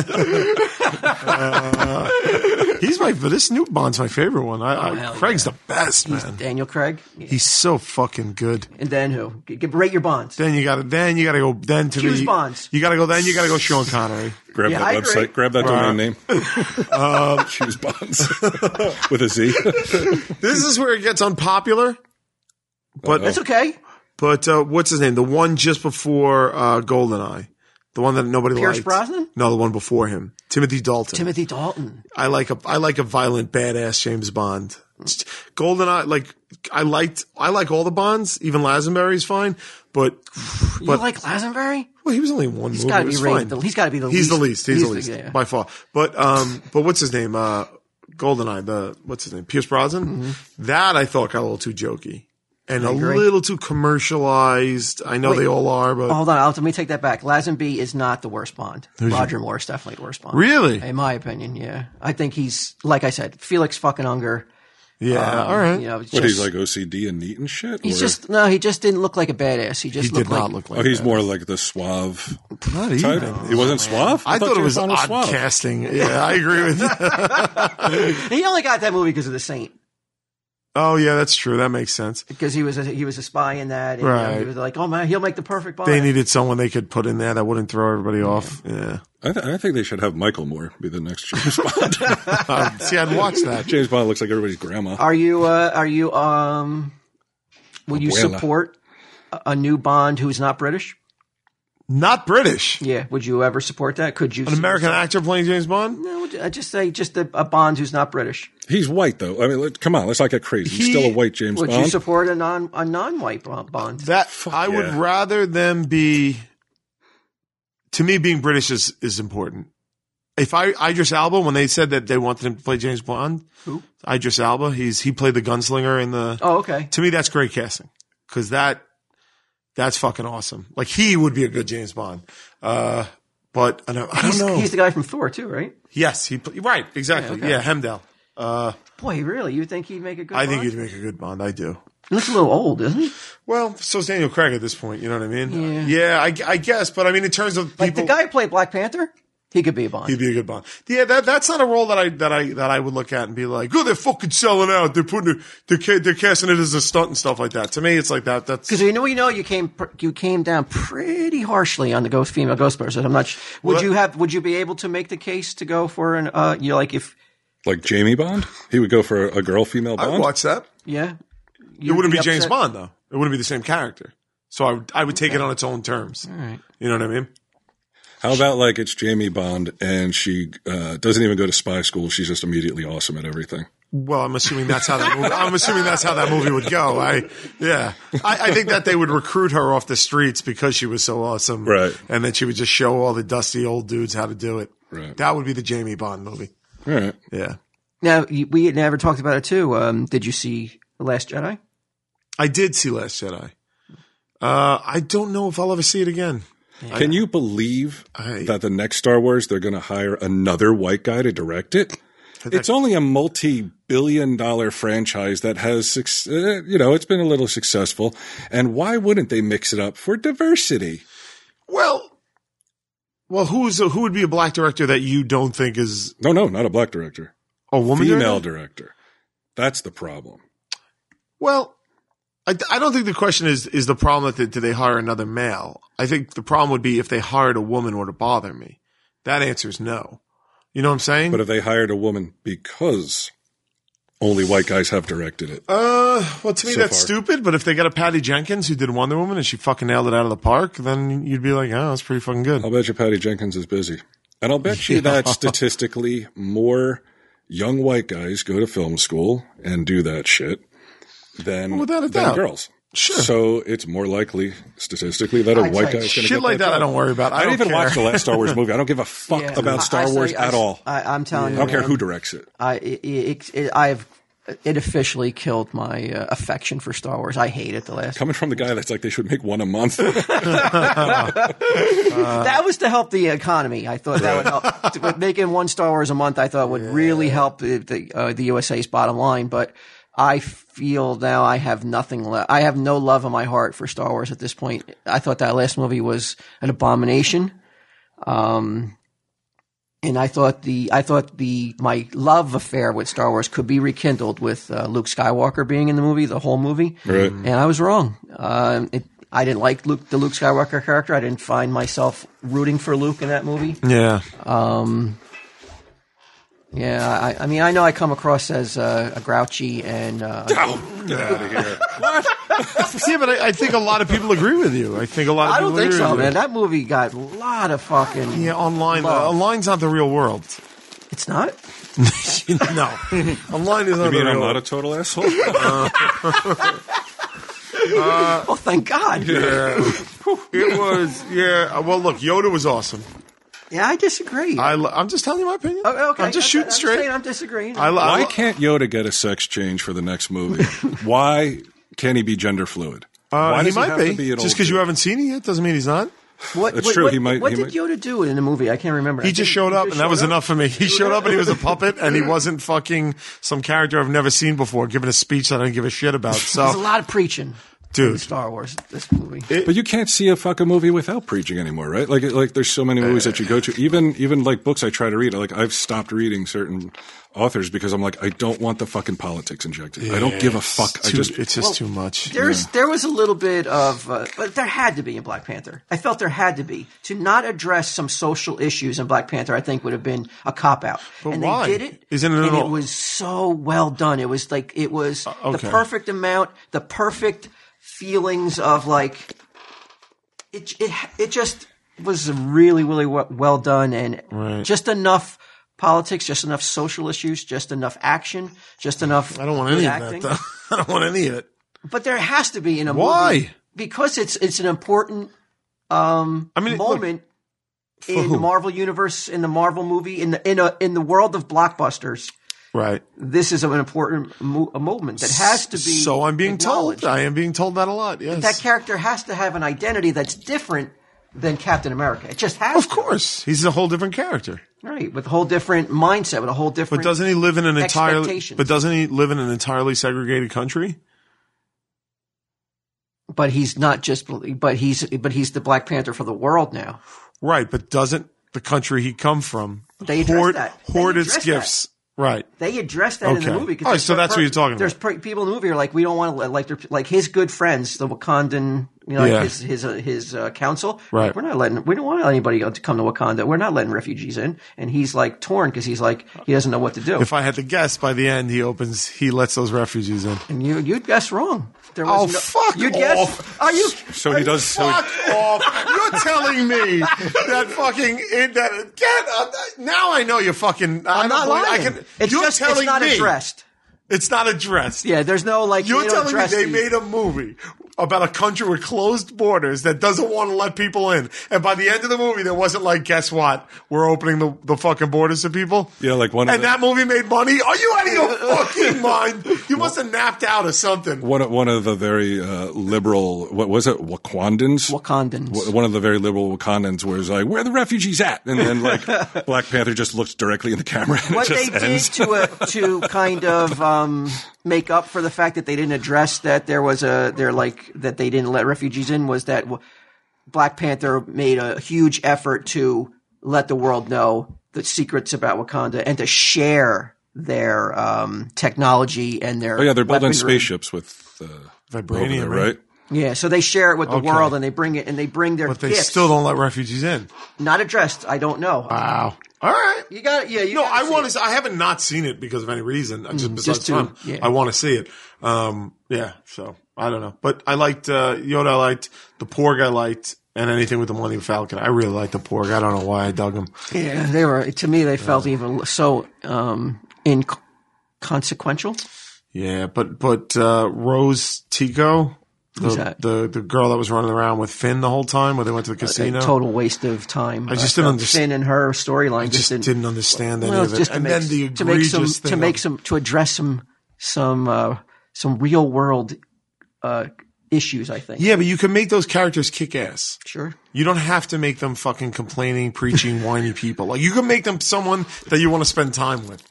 C: He's my but this new Bond's my favorite one. I, I
D: Oh, hell
C: Craig's the best man.
D: Daniel Craig.
C: He's so fucking good.
D: And then who? G- g- rate your bonds.
C: Then you got to then you got to go then to
D: Hughes
C: the
D: Bonds.
C: You got to go then you got to go Sean Connery.
A: Grab
D: Yeah,
A: that
D: I
A: website.
D: agree.
A: Grab that
C: Right.
A: domain name.
C: Uh-huh.
A: Choose bonds with a Z.
C: this is where it gets unpopular. But
D: That's okay.
C: but uh, what's his name? The one just before uh, Goldeneye, the one that nobody
D: Pierce
C: liked.
D: Brosnan?
C: No, the one before him, Timothy Dalton.
D: Timothy Dalton.
C: I like a I like a violent badass James Bond. Goldeneye, like I liked I like all the Bonds. Even Lazenberry's fine, but
D: You
C: But-
D: like Lazenberry?
C: well, he was only in one
D: He's
C: movie.
D: got to
C: It
D: be
C: was
D: rated.
C: fine.
D: The, he's got to be the.
C: He's
D: least.
C: the least. He's, the least
D: yeah.
C: by far. But um, but what's his name? Uh, Goldeneye. The what's his name? Pierce Brosnan. That I thought got a little too jokey. and a
D: Mm-hmm. agree.
C: little too commercialized. I know
D: Wait.
C: they all are, but
D: Hold on, I'll, let me take that back. Lazenby is not the worst Bond. Roger Moore is definitely the worst Bond.
C: Really?
D: In my opinion, yeah. I think he's, like I said, Felix fucking Unger.
C: yeah, all right.
D: You know,
A: What,
D: just-
A: he's like OCD and neat and shit?
D: He's
A: or-
D: just no. He just didn't look like a badass. He just
C: he
D: looked
C: did
D: like
C: not look like.
A: Oh, he's
C: that.
A: more like the suave
C: Not
A: type.
C: even.
D: Oh,
A: He wasn't suave?
C: I, thought,
A: you
C: it
A: were
C: was
A: fond of
C: odd casting. Yeah, I agree with you.
D: he only got that movie because of the Saint.
C: Oh yeah, that's true. That makes sense.
D: Because he was a, he was a spy in that. And, you know, he
C: Right.
D: was like, oh man, he'll make the perfect Bond.
C: They needed someone they could put in there that wouldn't throw everybody off. Yeah.
A: I, th- I think they should have Michael Moore be the next James Bond.
C: Um, see, I'd watch that.
A: James Bond looks like everybody's grandma.
D: Are you uh, are you um will you
A: Abuela.
D: support a- a new Bond who's not British?
C: Not British.
D: Yeah, would you ever support that? Could you
C: An American actor playing James Bond.
D: No, I just say just a, a Bond who's not British.
A: He's white though. I mean, let, come on, let's not get crazy. He's
C: He-
A: still a white James
D: Would you
A: Bond.
D: support a non a non white Bond?
C: That I would
A: yeah.
C: rather them be. To me, being British is is important. If I Idris Alba, when they said that they wanted him to play James Bond,
D: Who?
C: Idris Alba, he's he played the gunslinger in the.
D: Oh, okay.
C: To me, that's great casting because that that's fucking awesome. Like he would be a good James Bond. Uh, but I don't, I don't
D: He's,
C: know.
D: he's the guy from Thor too, right?
C: yes, he pl- right exactly. Yeah, Hemdale. Uh,
D: Boy, really? You think he'd make a good?
C: I think
D: Bond?
C: he'd make a good Bond. I do.
D: He looks a little old, doesn't he?
C: Well, so's Daniel Craig at this point. You know what I mean? Yeah, I, I guess. But I mean, in terms of people,
D: Like the guy who played Black Panther, he could be a Bond.
C: he'd be a good Bond. Yeah, that that's not a role that I that I that I would look at and be like, oh, they're fucking selling out. They're putting it, they're ca- they're casting it as a stunt and stuff like that. To me, it's like that. That's
D: Because you know, you know, you came pr- you came down pretty harshly on the ghost female Ghostbusters. I'm not. Sh- would
C: Well,
D: you have? Would you be able to make the case to go for an? Uh, you know, like if
A: like Jamie Bond, he would go for a, a girl female
C: I'd
A: Bond.
C: watch that.
D: yeah,
C: It wouldn't be, James
D: upset?
C: Bond though. It wouldn't be the same character. So I would, I would take it on its own terms. You know what I mean?
A: How about like it's Jamie Bond and she uh, doesn't even go to spy school. She's just immediately awesome at everything.
C: Well, I'm assuming that's how that movie, I'm assuming that's how that movie would go. I yeah, I, I think that they would recruit her off the streets because she was so awesome,
A: Right.
C: And then she would just show all the dusty old dudes how to do it.
A: Right.
C: That would be the Jamie Bond movie.
A: All right.
C: Yeah,
D: Now you- we had never talked about it too. Um, did you see the Last Jedi?
C: I did see Last Jedi. Uh, I don't know if I'll ever see it again.
A: Can you believe
C: I-
A: that the next Star Wars they're going to hire another white guy to direct it? It's only a multi-billion-dollar franchise that has, suc- uh, you know, it's been a little successful, and why wouldn't they mix it up for diversity?
C: Well, well, who's a, who would be a black director that you don't think is
A: No, no, not a black director,
C: a woman?
A: female
C: director?
A: director. That's the problem.
C: Well, I, I don't think the question is is the problem that do they hire another male. I think the problem would be if they hired a woman would it bother me. That answer is no. You know what I'm saying?
A: But if they hired a woman because only white guys have directed it,
C: uh, well, to me
A: So
C: that's
A: far.
C: stupid. But if they got a Patty Jenkins who did Wonder Woman and she fucking nailed it out of the park, then you'd be like, oh, that's pretty fucking good.
A: I'll bet you Patty Jenkins is busy. And I'll bet you that statistically more young white guys go to film school and do that shit than,
C: Without a
A: than
C: doubt.
A: girls.
C: Sure.
A: So it's more likely statistically that a white guy is going to
C: Shit like that, I don't worry about. I,
A: I
C: don't
A: don't even
C: care.
A: watch the last Star Wars movie. I don't give a fuck
D: Yeah. I-
A: about
D: I
A: Star
D: say-
A: Wars
D: I s-
A: at all. I,
D: I, am telling you,
A: don't care
D: man,
A: who directs it.
D: I it, it, it, I've it officially killed my uh, affection for Star Wars. I hate it. The last
A: Coming from the guy that's like they should make one a month.
D: that was to help the economy. I thought that would help. To- Making one Star Wars a month, I thought would really help the the, uh, the USA's bottom line. But I feel now I have nothing left. I have no love in my heart for Star Wars at this point. I thought that last movie was an abomination. Um, and I thought the I thought the my love affair with Star Wars could be rekindled with uh, Luke Skywalker being in the movie, the whole movie.
A: Right.
D: And I was wrong. Um, it, I didn't like Luke, the Luke Skywalker character. I didn't find myself rooting for Luke in that movie.
C: Yeah.
D: Yeah, I, I mean, I know I come across as uh, a grouchy and uh,
A: oh, get out of here.
C: yeah, Uh, but I, I think a lot of people agree with you. I think a lot of
D: I
C: people
D: don't think
C: agree
D: so,
C: with you.
D: man. That movie got a lot of fucking.
C: Yeah, online. though.
D: love.
C: Online's not the real world.
D: It's not.
C: no. Online is not
A: I
C: the
A: mean,
C: real
A: I'm not
C: world.
A: a total asshole.
D: Oh, thank God. Yeah,
C: It was, yeah. uh, Well, look, Yoda was awesome.
D: I disagree.
C: I, lo- I'm just telling you my opinion.
D: Oh, okay,
C: I'm just shooting
D: I'm
C: straight.
D: saying I'm disagreeing.
C: I, lo- I
A: Why
C: lo-
A: can't Yoda get a sex change for the next movie? Why can he be gender fluid?
C: Uh,
A: Why
C: he
A: does
C: might
A: have
C: be.
A: to be an
C: Just
A: old
C: because you
A: dude?
C: haven't seen it yet doesn't mean he's not.
E: What,
A: That's
E: what-
A: true,
E: What,
A: he might-
E: What
A: he
E: did Yoda do in the movie? I can't remember.
C: He just showed up, and that was enough for me. He showed up, and he was a puppet, and he wasn't fucking some character I've never seen before, giving a speech that I don't give a shit about.
D: There's a
C: So,
D: lot of preaching in
C: dude,
D: Star Wars. This movie.
A: But you can't see a fucking movie without preaching anymore, right? Like, like there's so many movies that you go to. Even, even like books I try to read. Like, I've stopped reading certain authors because I'm like, I don't want the fucking politics injected. I don't give a fuck.
C: It's
A: I
C: too-
A: just,
C: it's just too much.
D: There's there was a little bit of, uh, but there had to be in Black Panther. I felt there had to be to not address some social issues in Black Panther. I think would have been a cop out.
C: But
D: and
C: why?
D: they did it.
C: Isn't it
D: and
C: an
D: it
C: al-
D: was so well done. It was like it was
C: okay.
D: the perfect amount, the perfect feelings of like it. It it just was really really we- well done and
C: Right.
D: just enough. Politics, just enough social issues, just enough action, just enough.
C: I don't want any
D: good
C: of that.
D: acting.
C: Though. I don't want any of it.
D: But there has to be in a
C: Why?
D: movie because it's it's an important um,
C: I mean, look,
D: moment in the Marvel universe, in the Marvel movie, in the in a in the world of blockbusters.
C: right.
D: This is an important mo- a moment that has to be.
C: So I'm being told.
D: acknowledged.
C: I am being told that a lot. Yes.
D: that character has to have an identity that's different than Captain America. It just has,
C: of
D: to.
C: course, he's a whole different character.
D: right? With a whole different mindset, with a whole different.
C: But doesn't he live in an entirely?
D: Expectations.
C: But doesn't he live in an entirely segregated country?
D: But he's not just. But he's but he's the Black Panther for the world now.
C: Right, but doesn't the country he come from
D: They address
C: hoard,
D: that. They
C: hoard its
D: address
C: gifts? Right.
D: They address that in the
C: Okay.
D: movie. 'cause
C: All right,
D: there's
C: so that's what you're talking
D: There's
C: about.
D: pre- people in the movie are like, we don't want to like they're, like his good friends, the Wakandan, you know, like
C: Yeah.
D: his his uh, his uh, council.
C: Right.
D: Like, we're not letting we don't want anybody to come to Wakanda. We're not letting refugees in. And he's like torn because he's like he doesn't know what to do.
C: If I had to guess, by the end he opens, he lets those refugees in.
D: and you you'd guess wrong. There was
C: Oh,
D: no-
C: fuck
D: You'd guess.
C: off.
D: Are you?
A: so he does. So he,
C: Fuck off! You're telling me that fucking it, that get uh, now I know you're fucking. I
D: I'm not lying.
C: I can,
D: it's
C: you're
D: just
C: telling
D: it's not
C: me
D: addressed.
C: It's not addressed.
D: Yeah, there's no like.
C: You're
D: they don't
C: telling me
D: address
C: they
D: the-
C: made a movie about a country with closed borders that doesn't want to let people in, and by the end of the movie, there wasn't like, guess what? We're opening the, the fucking borders to people.
A: Yeah, like one of
C: And
A: the-
C: that movie made money. Are you out of your fucking mind? You must have napped out or something.
A: one, of- one of the very uh, liberal, what was it, Wakandans?
D: Wakandans.
A: W- One of the very liberal Wakandans was like, "Where are the refugees at?" And then like Black Panther just looks directly in the camera. And
D: what
A: it
D: they
A: just ends.
D: did to uh to kind of um, make up for the fact that they didn't address that there was a they're like that they didn't let refugees in was that w- Black Panther made a huge effort to let the world know the secrets about Wakanda and to share their um, technology and their
A: Oh yeah, they're building
D: weaponry.
A: spaceships with uh,
C: Vibranium,
A: over there,
C: right?
A: right?
D: Yeah, so they share it with the
C: Okay.
D: world and they bring it and they bring their
C: But they
D: gifts.
C: still don't let refugees in.
D: not addressed. I don't know.
C: Wow. All right.
D: you got yeah. You
C: No,
D: gotta
C: I
D: see
C: want
D: it. Mm,
C: to. I haven't not seen it because of any reason. I just besides
D: just to-
C: time,
D: yeah.
C: I want to see it. Um, yeah. So I don't know, but I liked uh, Yoda. I liked the Porg. I liked and anything with the Millennium Falcon. I really liked the Porg. I don't know why I dug him.
D: Yeah, they were. To me, they felt even so um, inconsequential.
C: Yeah, but but uh, Rose Tico, the,
D: Who's that?
C: the the girl that was running around with Finn the whole time when they went to the casino.
D: A uh, total waste of time. I
C: just didn't
D: felt
C: understand-
D: Finn and her storyline
C: just
D: just,
C: didn't, understand any
D: well,
C: of it.
D: just to
C: and
D: make,
C: then the
D: to make
C: egregious
D: some
C: thing
D: to make
C: of-
D: some to address some some uh, some real world uh, issues. I think.
C: Yeah, but you can make those characters kick ass.
D: Sure.
C: You don't have to make them fucking complaining, preaching, whiny people. Like you can make them someone that you want to spend time with.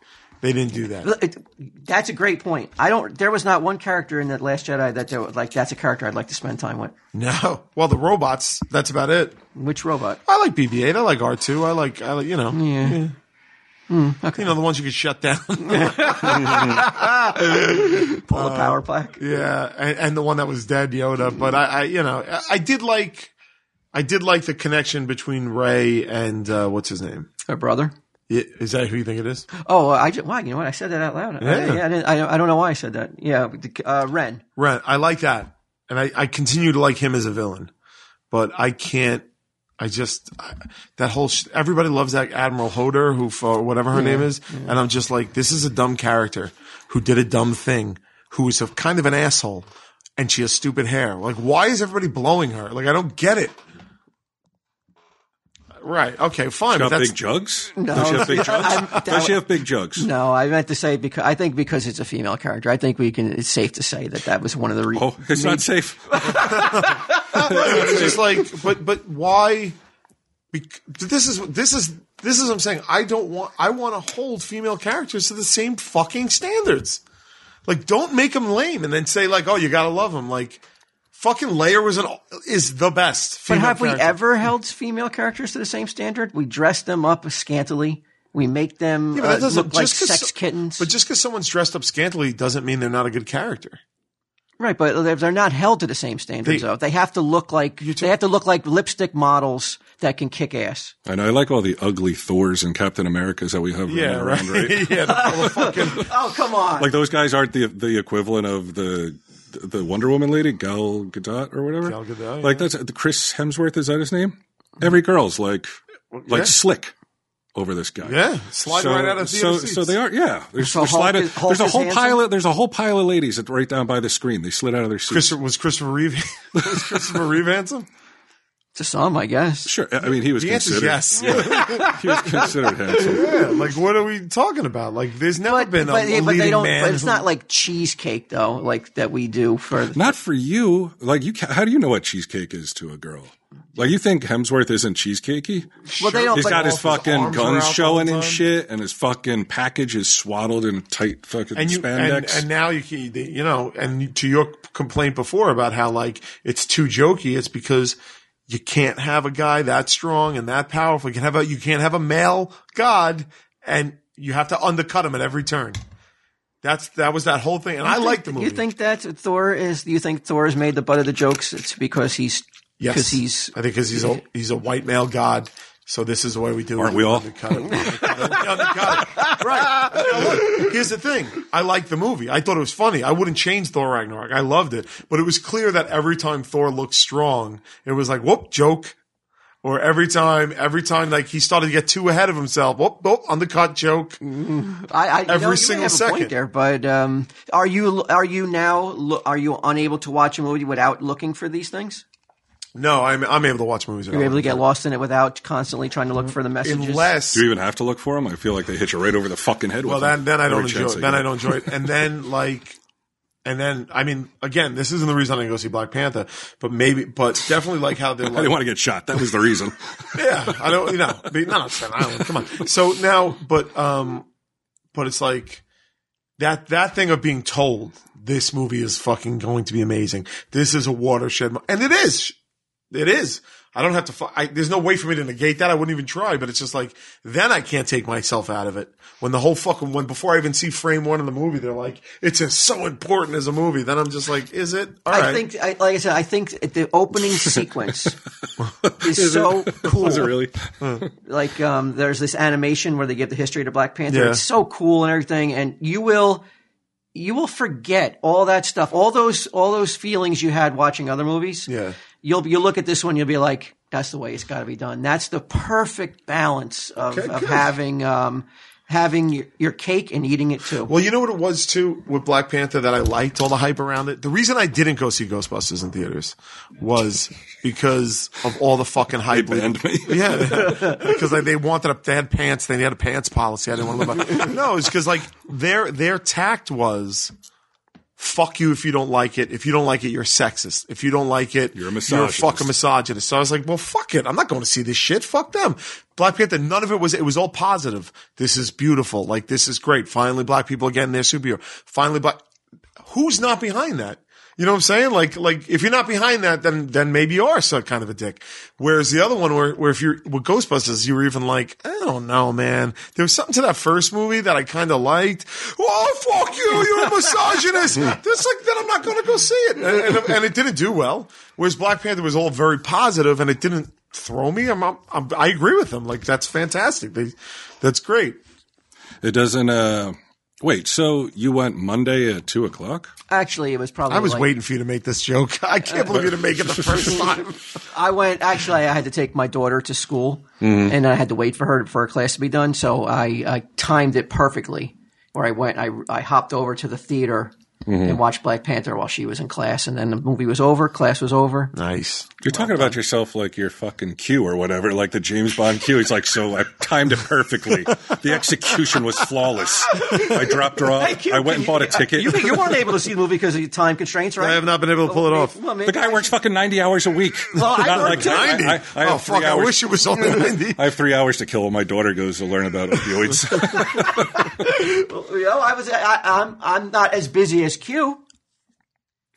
C: They didn't do that.
D: But it- That's a great point. I don't. There was not one character in that Last Jedi that there was like that's a character I'd like to spend time with.
C: No. Well, the robots. That's about it.
D: Which robot?
C: I like BB-8. I like R2. I like. I like. You know. Yeah. You know the ones you could shut down.
D: Pull
C: Uh,
D: a power pack.
C: yeah, and, and the one that was dead, Yoda. But I, I you know, I, I did like. I did like the connection between Ray and uh, what's his name.
D: Her brother.
C: I- Is that who you think it is?
D: Oh, I just, wow, you know what? I said that out loud. Yeah,
C: Yeah.
D: I, yeah, I, didn't, I, I don't know why I said that. Yeah, the- uh, Ren.
C: Right. I like that. And I, I continue to like him as a villain, but I can't. I just I, that whole sh- everybody loves that Admiral Hoder who for whatever her name is, and I'm just like this is a dumb character who did a dumb thing who is a kind of an asshole, and she has stupid hair. Like why is everybody blowing her? Like I don't get it. right. Okay, fine. But
A: Got
C: that's
A: big jugs?
D: No.
A: Does she have big
D: I'm-
A: jugs? Does she have big jugs?
D: No, I meant to say because I think because it's a female character, I think we can. It's safe to say that that was one of the reasons.
A: Oh, it's not safe.
C: it's just like, but but why? Bec- this is this is this is what I'm saying. I don't want. I want to hold female characters to the same fucking standards. Like, don't make them lame and then say like, oh, you gotta love them. Like, fucking Leia was an is the best.
D: But
C: female
D: have we
C: character.
D: ever held female characters to the same standard? We dress them up scantily. We make them
C: Yeah, but that
D: uh,
C: doesn't-
D: look like
C: just 'cause
D: sex
C: so-
D: kittens.
C: But just because someone's dressed up scantily doesn't mean they're not a good character.
D: right, but they're- they're not held to the same standards.
C: They-
D: though they have to look like
C: You took-
D: they have to look like lipstick models that can kick ass.
A: I know. I like all the ugly Thors and Captain Americas that we have running around, right?
C: yeah, the fucking
D: Oh come on!
A: Like those guys aren't the the equivalent of the the Wonder Woman lady, Gal Gadot or whatever.
C: Gal Gadot,
A: Like that's the Chris Hemsworth is that his name? Every girl's like like
C: yeah.
A: slick over this guy.
C: yeah, slide
A: So,
C: right out of the
A: so,
C: theater
A: so they are, yeah. There's,
D: So
A: we're
D: Hulk
A: sliding-
D: is- Hulk
A: there's a
D: is
A: whole
D: handsome?
A: pile of there's a whole pile of ladies that right down by the screen. They slid out of their seats.
C: Christopher, was Christopher Reeve was Christopher Reeve handsome?
D: to some, I guess.
A: sure, I mean he was
C: The answer is
A: considered
C: yes.
A: he was considered handsome.
C: Yeah, like what are we talking about? Like there's never
D: But,
C: been a
D: but, yeah,
C: leading
D: but they don't.
C: man.
D: But it's
C: who-
D: not like cheesecake though, like that we do for.
A: Not for you. Like you, ca- how do you know what cheesecake is to a girl? Like you think Hemsworth isn't cheesecakey?
D: Well, they don't.
A: He's
D: but-
A: got his
C: off, his
A: fucking
C: arms are out
A: guns
C: all the
A: showing
C: time.
A: and shit, and his fucking package is swaddled in tight fucking
C: and you and,
A: spandex.
C: and now you can you know and to your complaint before about how like it's too jokey. It's because you can't have a guy that strong and that powerful. You can have a you can't have a male god, and you have to undercut him at every turn. That's that was that whole thing, and I like the movie.
D: You think that Thor is? You think Thor is made the butt of the jokes? It's because he's
C: Yes,
D: because he's
C: I think because he's a he's a white male god. So this is the way we do
A: Aren't
C: it.
A: we all?
C: Undercut it. Undercut it. Undercut it. Right. Now, look, here's the thing. I liked the movie. I thought it was funny. I wouldn't change Thor Ragnarok. I loved it. But it was clear that every time Thor looked strong, it was like, whoop, joke. Or every time, every time, like he started to get too ahead of himself. Whoop, whoop, undercut joke.
D: I, I
C: Every
D: no, you
C: single
D: may have a
C: second.
D: point there, but um, are you are you now lo- are you unable to watch a movie without looking for these things?
C: No, I'm, I'm able to watch movies.
D: You're able to get lost in it without constantly trying to look for the messages.
C: unless
A: do you even have to look for him? I feel like they hit you right over the fucking head.
C: Well,
A: with 'em
C: then then I don't
A: every
C: enjoy
A: chance
C: it.
A: they
C: Then
A: get.
C: I don't enjoy it. And then like, and then I mean, again, this isn't the reason I didn't go see Black Panther, but maybe, but definitely like how they're
A: I didn't
C: like,
A: want to get shot. That was the reason.
C: yeah, I don't, you know, be- no, it's Staten Island. Come on. So now, but um, but it's like that that thing of being told this movie is fucking going to be amazing. This is a watershed, mo-" and it is. It is. I don't have to. fu- I, there's no way for me to negate that. I wouldn't even try. But it's just like then I can't take myself out of it. When the whole fucking when before I even see frame one of the movie, they're like, "It's a- so important as a movie." Then I'm just like, "Is it?" All right.
D: I think, I, like I said, I think the opening sequence is, so cool.
A: Was it really?
D: like um, there's this animation where they give the history to Black Panther.
C: Yeah.
D: It's so cool and everything, and you will you will forget all that stuff, all those all those feelings you had watching other movies.
C: Yeah.
D: you'll you will look at this one, you'll be like, that's the way it's got to be done. That's the perfect balance of, of having um, having your, your cake and eating it too.
C: Well, you know what it was too with Black Panther that I liked all the hype around it. The reason I didn't go see Ghostbusters in theaters was because of all the fucking hype.
A: banned me.
C: Yeah, because like, they wanted a, they had pants. They had a pants policy. I didn't want to live. By. No, it's because like their their tact was. Fuck you if you don't like it. If you don't like it, you're sexist. If you don't like it,
A: You're a
C: You're a
A: misogynist.
C: fucking misogynist. So I was like, well, fuck it. I'm not going to see this shit. Fuck them. Black Panther, none of it was, it was all positive. This is beautiful. Like, this is great. Finally, black people again, they're superhero. Finally, black. Who's not behind that? You know what I'm saying? Like, like, if you're not behind that, then, then maybe you are some kind of a dick. Whereas the other one where, where if you're with Ghostbusters, you were even like, I don't know, man. There was something to that first movie that I kind of liked. Oh, fuck you. You're a misogynist. That's like, then I'm not going to go see it. And, and, and it didn't do well. Whereas Black Panther was all very positive and it didn't throw me. I'm, I'm, i agree with them. Like, that's fantastic. They, that's great.
A: It doesn't. uh Wait. So you went Monday at two o'clock?
D: Actually, it was probably
C: I was
D: like-
C: waiting for you to make this joke. I can't believe you didn't make it the first time.
D: I went. Actually, I had to take my daughter to school, and I had to wait for her for her class to be done. So I, I timed it perfectly. Where I went, I, I hopped over to the theater and watched Black Panther while she was in class. And then the movie was over, class was over.
C: Nice.
A: You're talking about yourself like your fucking Q or whatever, like the James Bond Q. He's like, so I timed it perfectly. The execution was flawless. I dropped her off. I went and bought a ticket.
D: You, you weren't able to see the movie because of time constraints, right?
C: I have not been able to pull it off.
D: Well, maybe
A: The guy
D: I
A: works fucking 90 hours a week.
D: Well, I work too.
A: I-
C: 90.
A: I, I have
C: oh,
A: three
C: fuck. I
A: hours-
C: wish it was only 90.
A: I have three hours to kill when my daughter goes to learn about opioids.
D: You know, I was I, I'm I'm not as busy as Q. I
A: All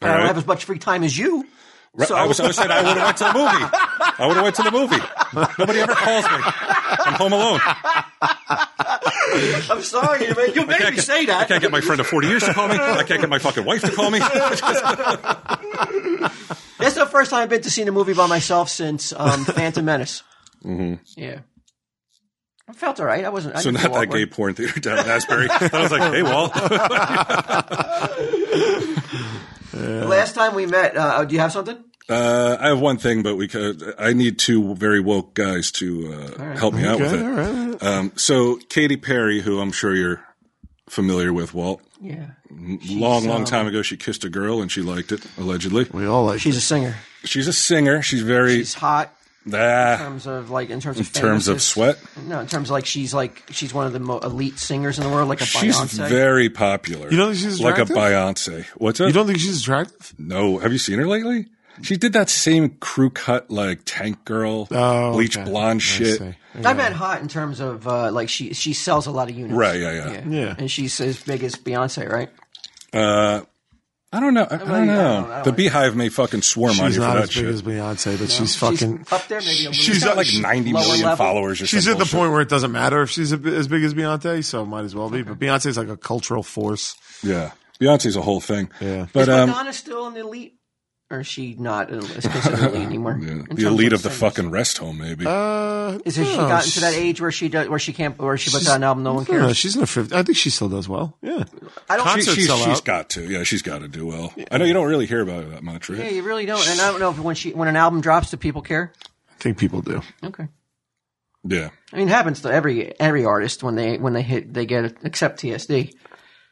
D: don't
A: right.
D: have as much free time as you.
A: Right,
D: So-
A: I was I was saying I would have went to the movie. I would have went to the movie. Nobody ever calls me. I'm home alone.
D: I'm sorry, you made, you made me say
A: I
D: that.
A: can't get my friend of 40 years to call me. I can't get my fucking wife to call me.
D: That's the first time I've been to see a movie by myself since um, Phantom Menace. Mm-hmm. Yeah, I felt all right. I wasn't. I
A: so
D: didn't feel
A: not that
D: awkward.
A: gay porn theater down in Asbury. I was like, hey, Walt.
D: Last time we met, uh, do you have something?
A: Uh, I have one thing, but we could, I need two very woke guys to uh, help me out with it. Um, so Katy Perry, who I'm sure you're familiar with, Walt.
D: Yeah,
A: long,
C: um,
A: long time ago, she kissed a girl and she liked it allegedly.
C: We all like
D: she's a singer.
A: She's a singer. She's very
D: She's hot in
A: ah,
D: terms of like in terms of
A: in terms of
D: famousness.
A: sweat.
D: No, in terms of like she's like she's one of the mo- elite singers in the world, like a
A: She's
D: Beyonce.
A: very popular.
C: You don't think she's
A: like
C: attractive?
A: a Beyonce. What's up?
C: You don't think she's attractive?
A: no, have you seen her lately? She did that same crew cut like tank girl,
C: Oh,
A: bleach
C: okay.
A: blonde shit.
C: I see.
D: I meant hot in terms of uh, like she she sells a lot of units.
A: Right? Yeah, yeah.
C: Yeah.
D: And she's as big as Beyonce, right?
A: Uh, I don't know. I,
D: I
A: don't
D: don't
A: know.
D: know. I don't
A: the
D: like-
A: beehive may fucking swarm on you
C: She's
A: for
C: not
A: that
C: as big
A: shit.
C: as Beyonce, but she's fucking.
D: She's up there, maybe a little
C: She's
A: She's got
C: not
A: like
C: sh-
A: ninety
D: lower
A: million
D: level.
A: followers or
C: She's at
A: some
C: the
A: bullshit.
C: point where it doesn't matter if she's a, bi- as big as Beyonce, so might as well be. But Beyonce's like a cultural force.
A: Yeah, Beyonce's a whole thing.
C: Yeah.
A: but
D: Is
A: um,
D: Madonna still an elite, or is she not an- is considered elite anymore?
A: yeah,
D: In terms
A: the elite of the
D: singers.
A: fucking rest home, maybe.
C: Uh,
D: Is it she
C: no,
D: gotten to that
C: she's-
D: age where she does, where she can't where she puts out an album no one
C: I don't know,
D: cares?
C: she's in her 50s. I think she still does well. Yeah.
D: I don't.
C: Concert-
A: She- she's,
C: sell
A: she's
C: out.
A: got to. Yeah, she's got to do well. I know you don't really hear about her that much, right?
D: yeah, you really don't. And I don't know if when she when an album drops, do people care?
C: I think people do.
D: Okay.
A: Yeah.
D: I mean, it happens to every every artist when they when they hit they get except TSD.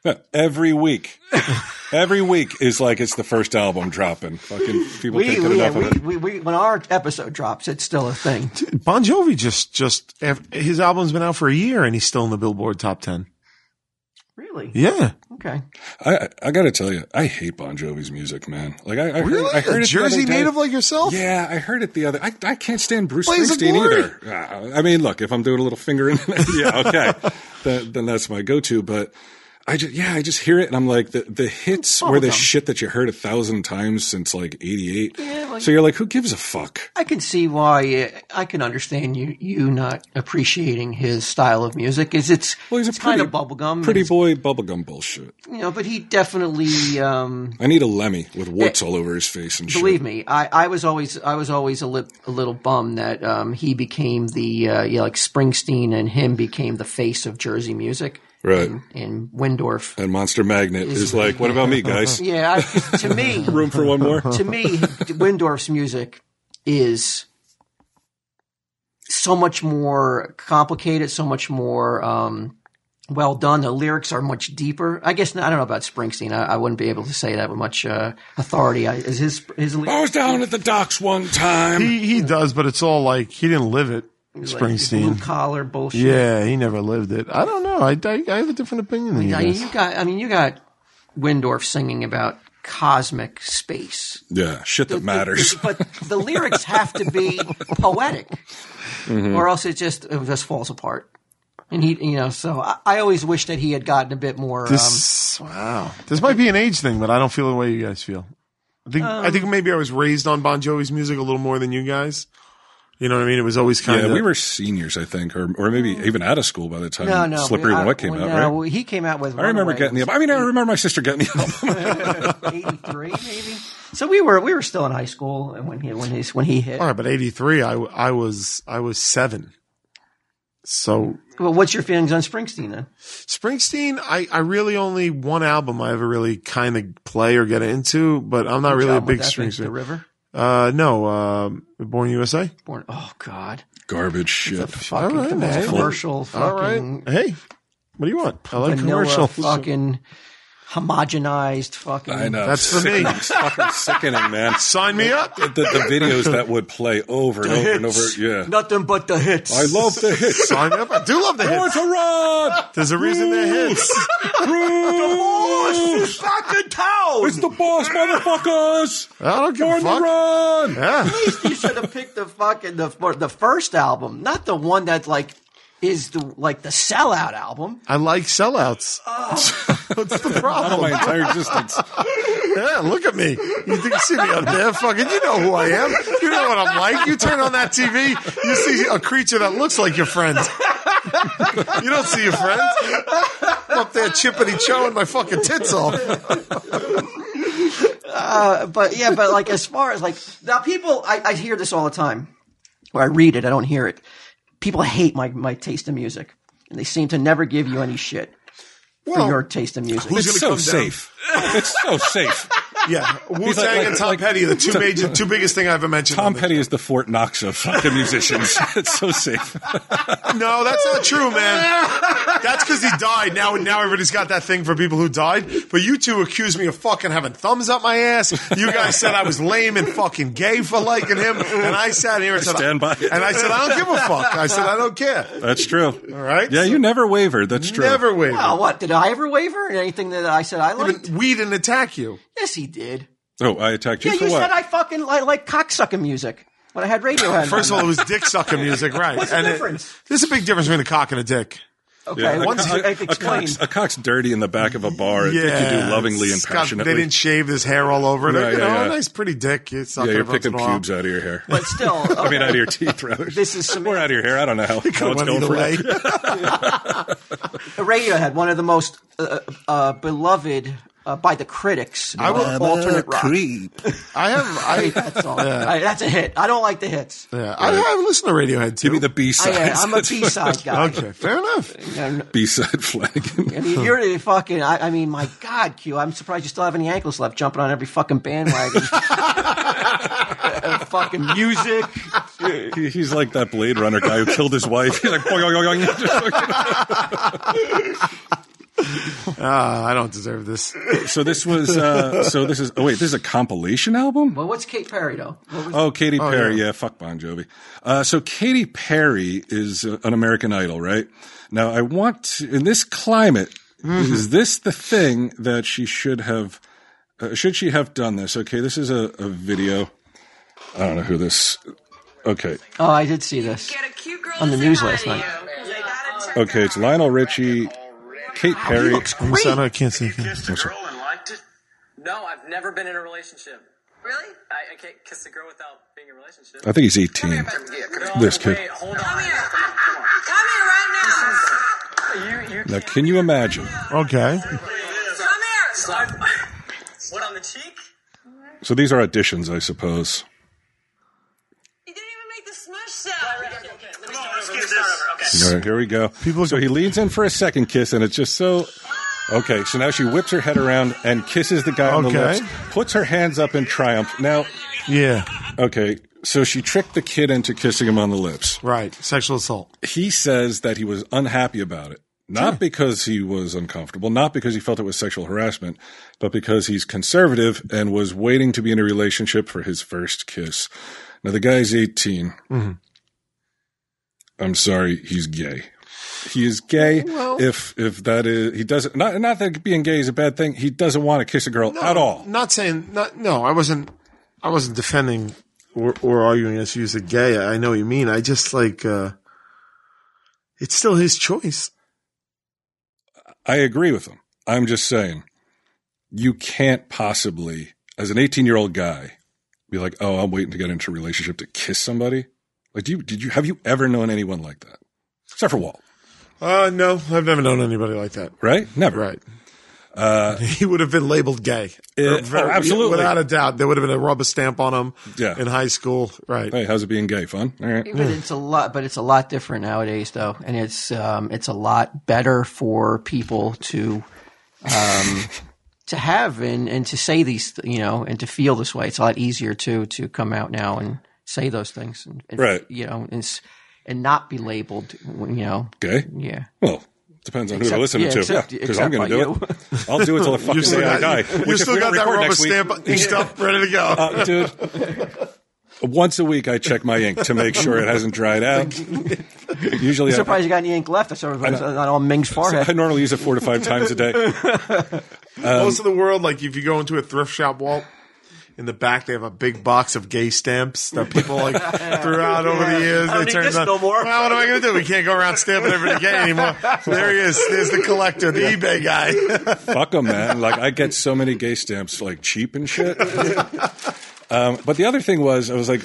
A: Yeah, Every week. Every week is like it's the first album dropping. Fucking people
D: We
A: can't get
D: we, yeah,
A: enough
D: we,
A: of it.
D: we we when our episode drops, it's still a thing.
C: Bon Jovi just, just, his album's been out for a year and he's still in the Billboard top 10.
D: Really?
C: Yeah.
D: Okay.
A: I I gotta tell you, I hate Bon Jovi's music, man. Like I, I heard,
C: a
A: I heard it the other
C: Jersey
A: day.
C: native like yourself?
A: Yeah, I heard it the other. I, I can't stand Bruce
C: Oh. Blaze of
A: Springsteen
C: Glory.
A: either. Uh, I mean, look, if I'm doing a little finger in, yeah, okay, then, then that's my go-to. But I just, yeah, I just hear it and I'm like, the the hits were the
D: Bubblegum.
A: shit that you heard a thousand times since like '88.
D: Yeah, like-
A: so you're like, who gives a fuck?
D: I can see why. uh, I can understand you you not appreciating his style of music. Is it's
A: Well, he's a
D: it's kind
A: pretty
D: of bubblegum,
A: pretty
D: it's-
A: boy bubblegum bullshit.
D: you know. But he definitely, um,
A: I need a Lemmy with warts all over his face and shit.
D: believe me, I, I was always I was always a, li- a little bum that um, he became the uh, yeah like Springsteen and him became the face of Jersey music
A: Right.
D: and Windorf.
A: And Monster Magnet is like, what about me, guys?
D: Yeah, I, to me,
A: Room for one more?
D: to me, Windorf's music is so much more complicated, so much more um, well done. The lyrics are much deeper. I guess I don't know about Springsteen. I, I wouldn't be able to say that with much uh, authority. I, is his his
A: I
D: lyrics?
A: was down at the docks one time.
C: He, he does, but it's all like, he didn't live it,
D: blue
C: Springsteen.
D: collar bullshit.
C: Yeah, he never lived it. I don't know. I, I, I have a different opinion than you
D: I mean,
C: guys.
D: you got. I mean, you got Windorf singing about cosmic space.
A: yeah, shit that matters.
D: but the lyrics have to be poetic,
C: Mm-hmm.
D: or else it just it just falls apart. And he, you know, so I, I always wish that he had gotten a bit more. um,
C: This wow. This might be an age thing, but I don't feel the way you guys feel. I think
D: Um,
C: I think maybe I was raised on Bon Jovi's music a little more than you guys. You know what I mean? It was always kind
A: Yeah,
C: of
A: we were seniors, I think, or or maybe even out of school by the time
D: um, no, no,
A: Slippery
D: I-
A: When Wet came
D: well,
A: out,
D: no,
A: right?
D: He came out with.
A: I remember getting the. I mean, I remember my sister getting the oh, album.
D: eighty three, maybe. So we were we were still in high school and when he when he when he hit.
C: all right, but eighty three. I, w- I was I was seven. So
D: Well, what's your feelings on Springsteen then?
C: Springsteen, I, I really only one album I ever really kind of play or get into, but I'm not really a
D: John, would
C: big
D: that be The
C: Springsteen.
D: River.
C: Uh, no, um, Born USA.
D: Born. Oh God.
A: Garbage shit.
D: Fucking
C: right,
D: the most
C: man.
D: commercial. Fucking,
C: All right, hey, what do you want? I like
D: vanilla
C: commercials.
D: fucking homogenized fucking.
A: I know.
C: That's for me.
A: sickening. It's fucking sickening, man.
C: Sign me up.
A: The, the videos that would play over and over and over.
C: hits.
A: Yeah.
D: Nothing but the hits.
A: I love the hits.
C: Sign me up. I do love the
A: Born
C: hits.
A: to run.
C: There's a reason they're hits.
A: Bruce.
D: It's fucking town.
A: It's the boss, motherfuckers.
C: I don't give a
A: Born to
C: fuck.
A: run.
C: Yeah.
D: At least you should have picked the fucking the the first album, not the one that like is the like the sellout album.
C: I like sellouts. What's the
A: My
C: problem?
A: entire existence.
C: Yeah, look at me. You think you see me up there? Fucking, you know who I am. You know what I'm like. You turn on that TV, you see a creature that looks like your friend. You don't see your friends. I'm up there chippity chowing my fucking tits off.
D: But yeah, but like as far as like now, people I, I hear this all the time, or I read it, I don't hear it. People hate my my taste in music, and they seem to never give you any shit for
C: Well,
D: your taste in music.
C: who's-
A: It's
C: gonna
A: so
C: come down?
A: safe. It's so safe.
C: Yeah, Wu Tang
A: like-
C: and Tom
A: like-
C: Petty, the two major, two biggest thing I ever mentioned. on
A: Tom
C: this.
A: Petty is the Fort Knox of fucking musicians. It's so safe.
C: No, that's not true, man. That's because he died. Now, now everybody's got that thing for people who died. But you two accused me of fucking having thumbs up my ass. You guys said I was lame and fucking gay for liking him, and I sat here and said,
A: stand by it.
C: And I said, I don't give a fuck. I said, I don't care.
A: That's true. All
C: right.
A: Yeah, you never wavered. That's true.
C: Never wavered.
D: Oh, what did I ever waver in anything that I said I liked?
C: But we didn't attack you.
D: yes, he did.
A: Oh, I attacked you
D: Yeah,
A: for
D: you
A: what?
D: said I fucking I like cocksucking music when I had Radiohead.
C: First of
D: on.
C: all, it was dick sucking music, right?
D: What's the
C: it-
D: difference?
C: there's a big difference between a cock and a dick.
D: okay,
A: Yeah,
D: once
A: a,
D: you
A: a, a,
D: explain,
A: cock's, a cock's dirty in the back of a bar. It-
C: Yeah,
A: it you do lovingly and
C: It's got-
A: passionately.
C: They didn't shave his hair all over it.
A: Yeah,
C: you know,
A: yeah, yeah.
C: a nice pretty dick. It's
A: yeah, you're picking cubes out of your hair.
D: but still,
A: I mean,
D: okay.
A: out of your teeth, rather.
D: This is some-
A: more out of your hair. I don't know how, how it's
C: Went
A: going
C: either
A: for
C: way.
A: you.
D: Radiohead, one of the most uh, uh, beloved uh, by the critics. I
C: will-
D: alternate rock.
C: I have.
D: I hate
C: I,
D: that song. I- that's a hit. I don't like the hits.
C: Yeah, I, I listen to Radiohead too.
A: Give me the B
D: I,
A: side.
D: am a B-side guy.
C: okay, fair enough.
D: And,
A: B side Flanagan.
D: I mean, you're the fucking. I, I mean, my God, Q. I'm surprised you still have any ankles left, jumping on every fucking bandwagon. Uh, fucking music.
A: He- He's like that Blade Runner guy who killed his wife. He's like, boing, boing, boing.
C: Ah, I don't deserve this.
A: so this was. Uh, so this is. Oh wait, this is a compilation album.
D: Well, what's Kate Perry though? What was-
A: Oh, Katy Perry.
C: yeah.
A: yeah. fuck Bon Jovi. Uh, so Katy Perry is uh, an American Idol, right? Now, I want to, in this climate, is this the thing that she should have? Uh, should she have done this? Okay, this is a, a video. I don't know who this. Okay,
D: Oh, I did see this.
F: Get a cute girl
D: On
F: to
D: the
F: say
D: news
F: hi
D: last
F: to
D: night.
F: you. You gotta check
A: okay,
F: it
A: it's
F: out.
A: Lionel Richie, Kate Perry.
C: I'm sorry, I can't see.
G: kissed a girl and liked it?
H: No, I've never been in a relationship.
F: Really?
H: I, I can't kiss a girl without being in a relationship.
A: I think he's eighteen.
H: No,
A: This kid.
H: Wait, hold
F: Come
H: on.
F: here. Come here right now.
H: You, you
A: Now,
H: can't.
A: can you imagine?
C: Okay,
F: Come here.
H: Slap. what on the cheek?
A: So these are auditions, I suppose.
F: You didn't even make the smush sound.
H: Come on, let's get this. Okay.
A: All right, here we go.
C: People-
A: so he leans in for a second kiss, and it's just so. Okay, so now she whips her head around and kisses the guy on the
C: Okay.
A: lips, puts her hands up in triumph. Now,
C: yeah,
A: okay, so she tricked the kid into kissing him on the lips.
C: right. Sexual assault.
A: He says that he was unhappy about it. Not because he was uncomfortable, not because he felt it was sexual harassment, but because he's conservative and was waiting to be in a relationship for his first kiss. Now, the guy's 18. I'm sorry, he's gay. He is gay. if if that is he doesn't not not that being gay is a bad thing. He doesn't want to kiss a girl at all.
C: Not saying. Not, no, I wasn't. I wasn't defending or, or arguing as you said gay. I know what you mean. I just like. uh It's still his choice.
A: I agree with him. I'm just saying, you can't possibly, as an 18 year old guy, be like, "Oh, I'm waiting to get into a relationship to kiss somebody." Like, do you did you have you ever known anyone like that? Except for Walt,
C: Uh no, I've never known anybody like that.
A: right? Never.
C: Right. Uh, he would have been labeled gay.
A: Yeah,
C: Or very-
A: oh, absolutely.
C: Without a doubt. There would have been a rubber stamp on him
A: Yeah.
C: in high school. Right.
A: Hey, how's it being gay? Fun. All right.
D: But it's a lot, but it's a lot different nowadays, though, and it's um, it's a lot better for people to um, to have and, and to say these, you know, and to feel this way. It's a lot easier to to come out now and say those things, and, and,
A: Right.
D: You know, and s- and not be labeled, you know,
A: Gay.
D: yeah.
A: Well, Depends on who
D: Except-
A: they're listening
D: yeah,
A: to.
D: except-
A: yeah, because I'm
D: except
A: going to do
D: by
A: it. I'll do it till I fucking
C: still
A: day I die.
C: got, you
A: which if
C: still
A: we
C: got
A: don't
C: that
A: record
C: rubber
A: next week-
C: stamp stuff ready to go.
A: Uh, dude. Once a week, I check my ink to make sure it hasn't dried out. Usually, I-
D: Surprised you got any ink left. I saw it was on on Ming's
A: I,
D: forehead.
A: normally use it four to five times a day. um,
C: Most of the world, like if you go into a thrift shop, Walt, in the back they have a big box of gay stamps that people like threw out over the years.
B: I don't
C: they
B: need
C: turned
B: this
C: on.
B: no more.
C: Well, what am I going to do? We can't go around stamping everybody gay anymore. So there he is. There's the collector, the eBay guy.
A: Fuck them, man. Like I get so many gay stamps, like cheap and shit. Um, but the other thing was, I was like,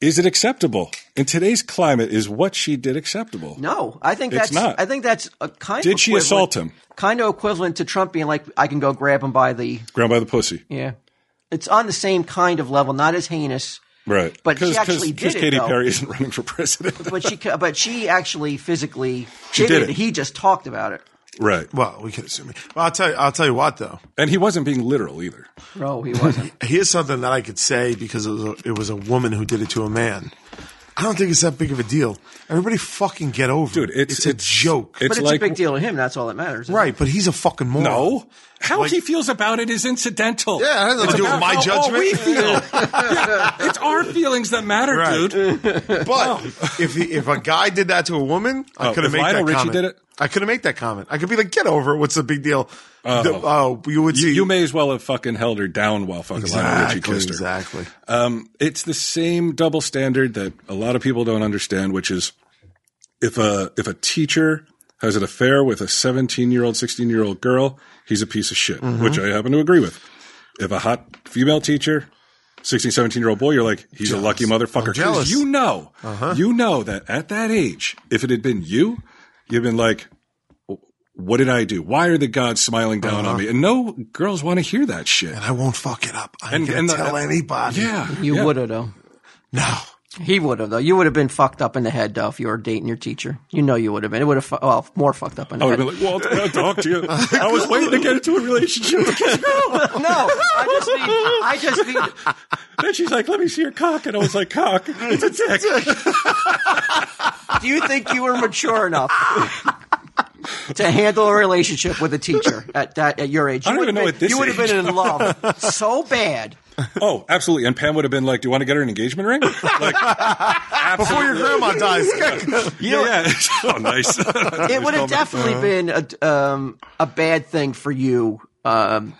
A: is it acceptable in today's climate? Is what she did acceptable?
D: No, I think
A: It's
D: that's.
A: not.
D: I think that's a kind.
A: Did
D: of
A: she
D: equivalent-
A: assault him?
D: Kind of equivalent to Trump being like, I can go grab him by the.
A: Ground by the pussy,
D: Yeah, it's on the same kind of level, not as heinous.
A: right?
D: But she
A: Because-
D: actually
A: because-
D: did
A: because
D: it,
A: Katy
D: though.
A: Perry isn't running for president,
D: But she, but she actually physically
A: She
D: did,
A: did
D: it.
A: it.
D: He just talked about it.
A: right?
C: well, we can assume. It. Well, I'll tell you. I'll tell you what though.
A: And he wasn't being literal either.
D: No, he wasn't.
C: Here's something that I could say because it was a, it was a woman who did it to a man. I don't think it's that big of a deal. Everybody fucking get over
A: Dude,
C: it.
A: it's-
C: a
A: it's-
C: joke.
D: but it's
A: like
D: a big deal to him. That's all that matters. isn't it?
C: right, but he's a fucking moron.
A: No. How
C: Like-
A: he feels about it is incidental.
C: Yeah, it has nothing
A: It's
C: to do with
A: about
C: my
A: how
C: judgment.
A: All Oh, we feel. Yeah, it's our feelings that matter,
C: Right.
A: dude.
C: But if the, if a guy did that to a woman, I
A: Oh,
C: could have
A: if
C: made
A: Lionel
C: that
A: Richie
C: comment.
A: did it?
C: I could have made that comment. I could be like, "Get over it. What's the big deal?" The- oh, you would
A: You,
C: see
A: you may as well have fucking held her down while fucking Lionel Richie
C: exactly,
A: kissed her.
C: exactly.
A: Um, it's the same double standard that a lot of people don't understand, which is if a if a teacher has an affair with a 17 year old, 16 year old girl, he's a piece of shit, which I happen to agree with. If a hot female teacher, 16, 17 year old boy, you're like, he's a lucky motherfucker. 'Cause
C: jealous.
A: You know, you know that at that age, if it had been you, you'd been like, what did I do? Why are the gods smiling down on me? And no girls want to hear that shit.
C: I won't fuck it up. I'm
A: And-
C: gonna
A: and the-
C: tell anybody.
A: Yeah.
D: You
A: yeah.
D: would have though.
C: No.
D: He would have though. You would have been fucked up in the head though if you were dating your teacher. You know you would have been. It would have fu- well more fucked up in the
A: I would
D: head.
A: have been like, Walt, can I talk to you? I was waiting to get into a relationship with this girl.
D: no, I just need. I just need.
A: Then she's like, let me see your cock. And I was like, cock, it's a dick.
D: Do you think you were mature enough to handle a relationship with a teacher at that at your age? You
A: I don't
D: would
A: even
D: have
A: know
D: been-
A: at this
D: You would have
A: age.
D: been in love so bad.
A: Oh, absolutely. And Pam would have been like, do you want to get her an engagement ring? Like,
C: Before your grandma dies,
A: yeah, yeah. oh, nice.
D: It would have definitely been a um, a bad thing for you. Um,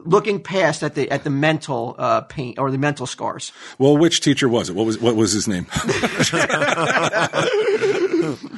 D: looking past at the at the mental uh, pain or the mental scars.
A: Well, which teacher was it? What was what was his name?